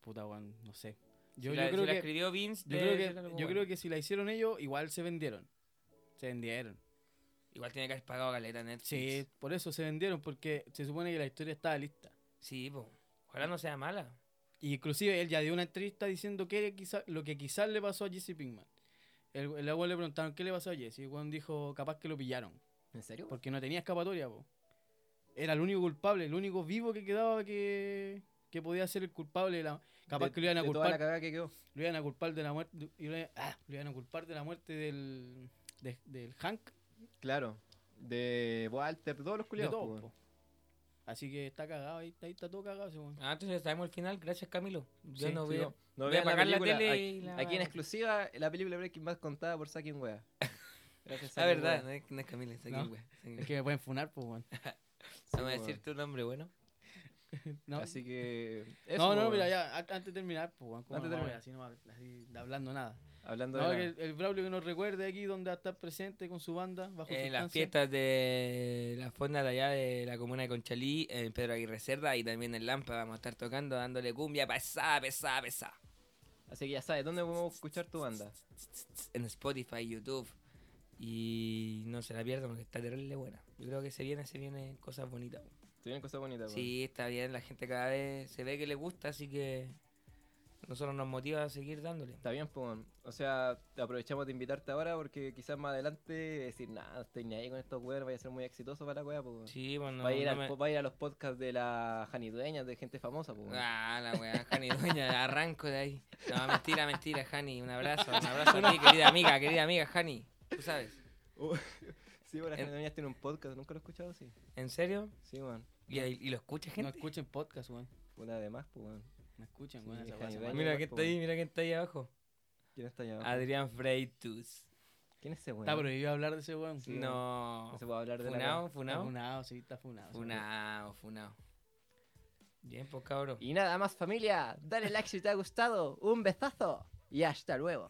[SPEAKER 2] Puta, weón, no sé.
[SPEAKER 3] Yo,
[SPEAKER 2] Yo,
[SPEAKER 3] la,
[SPEAKER 2] yo
[SPEAKER 3] si
[SPEAKER 2] creo
[SPEAKER 3] la
[SPEAKER 2] que,
[SPEAKER 3] escribió Vince,
[SPEAKER 2] yo, creo
[SPEAKER 3] debe
[SPEAKER 2] que,
[SPEAKER 3] ser algo
[SPEAKER 2] yo
[SPEAKER 3] bueno.
[SPEAKER 2] creo que si la hicieron ellos, igual se vendieron. Se vendieron.
[SPEAKER 3] Igual tiene que haber pagado caleta Netflix.
[SPEAKER 2] Sí, por eso se vendieron, porque se supone que la historia estaba lista.
[SPEAKER 3] Sí, po. Ojalá no sea mala.
[SPEAKER 2] Y inclusive él ya dio una entrevista diciendo que era quizá- lo que quizás le pasó a Jesse Pinkman. El, el abuelo le preguntaron qué le pasó a Jesse. Y Juan dijo, capaz que lo pillaron.
[SPEAKER 1] ¿En serio?
[SPEAKER 2] Porque no tenía escapatoria, po. Era el único culpable, el único vivo que quedaba que, que podía ser el culpable. de la- capaz
[SPEAKER 1] De-
[SPEAKER 2] que lo iban a
[SPEAKER 1] de toda la
[SPEAKER 2] culpar,
[SPEAKER 1] cagada que quedó.
[SPEAKER 2] lo iban a culpar de la muerte, de- y lo iban, ah, lo iban a culpar de la muerte del, de- del Hank,
[SPEAKER 4] Claro. De Walter, todos los
[SPEAKER 2] de
[SPEAKER 4] culiados.
[SPEAKER 2] todo.
[SPEAKER 1] pues,
[SPEAKER 4] po, weón.
[SPEAKER 2] po. Así que está cagado, ahí, ahí está todo cagado ese weón.
[SPEAKER 3] Ah, entonces sabemos el final. Gracias, Camilo. Yo
[SPEAKER 2] Sí,
[SPEAKER 3] no
[SPEAKER 2] sí,
[SPEAKER 3] veo.
[SPEAKER 1] No
[SPEAKER 2] no.
[SPEAKER 3] Voy
[SPEAKER 1] vean
[SPEAKER 3] a
[SPEAKER 1] la
[SPEAKER 3] apagar la
[SPEAKER 1] película.
[SPEAKER 3] tele
[SPEAKER 1] Aquí,
[SPEAKER 3] y la-
[SPEAKER 1] aquí en exclusiva, la película Breaking Bad contada por Saki Wea. Gracias,
[SPEAKER 3] La
[SPEAKER 1] Saki
[SPEAKER 3] verdad,
[SPEAKER 1] Wea.
[SPEAKER 3] no es, no es Camilo, es aquí,
[SPEAKER 2] No.
[SPEAKER 3] güey. Es aquí,
[SPEAKER 2] *laughs* Es
[SPEAKER 3] güey.
[SPEAKER 2] que me pueden funar, pues weón.
[SPEAKER 3] Vamos a
[SPEAKER 4] Sí,
[SPEAKER 3] decir tu nombre, bueno.
[SPEAKER 2] *laughs* No,
[SPEAKER 1] Así que. eso, pues,
[SPEAKER 2] no, no,
[SPEAKER 1] weón.
[SPEAKER 2] mira, ya, a- antes de terminar, pues weón, ¿cómo
[SPEAKER 1] Antes
[SPEAKER 2] no
[SPEAKER 1] de
[SPEAKER 2] voy así, no, así de hablando nada.
[SPEAKER 1] Hablando
[SPEAKER 2] No,
[SPEAKER 1] de.
[SPEAKER 2] que
[SPEAKER 1] la-
[SPEAKER 2] el, el Braulio que nos recuerde aquí donde va a estar presente con su banda bajo
[SPEAKER 3] En las
[SPEAKER 2] sustancia.
[SPEAKER 3] fiestas de la fonda de allá de la comuna de Conchalí, en Pedro Aguirre Cerda y también en Lampa vamos a estar tocando, dándole cumbia pesada, pesada, pesada.
[SPEAKER 1] Así que ya sabes, ¿dónde podemos escuchar tu banda?
[SPEAKER 3] En Spotify, YouTube. Y no se la pierdan porque está terrible buena. Yo creo que se viene, se vienen cosas bonitas.
[SPEAKER 1] Se vienen cosas bonitas, weón.
[SPEAKER 3] Sí, está bien, la gente cada vez se ve que le gusta, así que a nosotros nos motiva a seguir dándole.
[SPEAKER 1] Está bien, pues. O sea, aprovechamos de invitarte ahora porque quizás más adelante decir, nada, estoy ni ahí con estos weones, vaya a ser muy exitoso para la wea, pues.
[SPEAKER 3] Sí, bueno,
[SPEAKER 1] va, a ir
[SPEAKER 3] no
[SPEAKER 1] al
[SPEAKER 3] me-
[SPEAKER 1] po- va a ir a los podcasts de la Jani Dueñas, de gente famosa, pues. weón.
[SPEAKER 3] Ah, la weá, Jani
[SPEAKER 2] *laughs*
[SPEAKER 3] Dueña, arranco de ahí. No, mentira, mentira, Jani. Un abrazo, un abrazo a ti, querida amiga, querida amiga, Jani. Tú sabes.
[SPEAKER 1] *laughs* Sí, bueno, la
[SPEAKER 3] en-
[SPEAKER 1] Jani Dueñas tiene un podcast, nunca lo he escuchado, sí.
[SPEAKER 3] ¿En serio?
[SPEAKER 1] Sí, weón.
[SPEAKER 3] ¿Y, y lo escucha
[SPEAKER 2] No
[SPEAKER 3] gente?
[SPEAKER 2] escuchen podcast, weón.
[SPEAKER 1] Una de más, pues, weón.
[SPEAKER 2] No escuchen,
[SPEAKER 1] Sí,
[SPEAKER 2] weón. esa
[SPEAKER 1] deja
[SPEAKER 2] weá
[SPEAKER 1] de
[SPEAKER 2] se
[SPEAKER 1] ver.
[SPEAKER 2] mata.
[SPEAKER 3] Ah, mira quién está ahí, mira quién está ahí abajo.
[SPEAKER 1] ¿Quién está allá? abajo?
[SPEAKER 3] Adrián Freitus.
[SPEAKER 1] ¿Quién es ese weón?
[SPEAKER 2] Está prohibido hablar de ese weón.
[SPEAKER 1] No
[SPEAKER 3] No.
[SPEAKER 1] se puede hablar de la
[SPEAKER 3] Funao,
[SPEAKER 1] wea.
[SPEAKER 2] Está
[SPEAKER 3] funao.
[SPEAKER 2] funado, sí, está funado. ese weón.
[SPEAKER 3] Funao, funao. Bien, pues cabrón.
[SPEAKER 1] Y nada más, familia. Dale like si te ha gustado. Un besazo. Y hasta luego.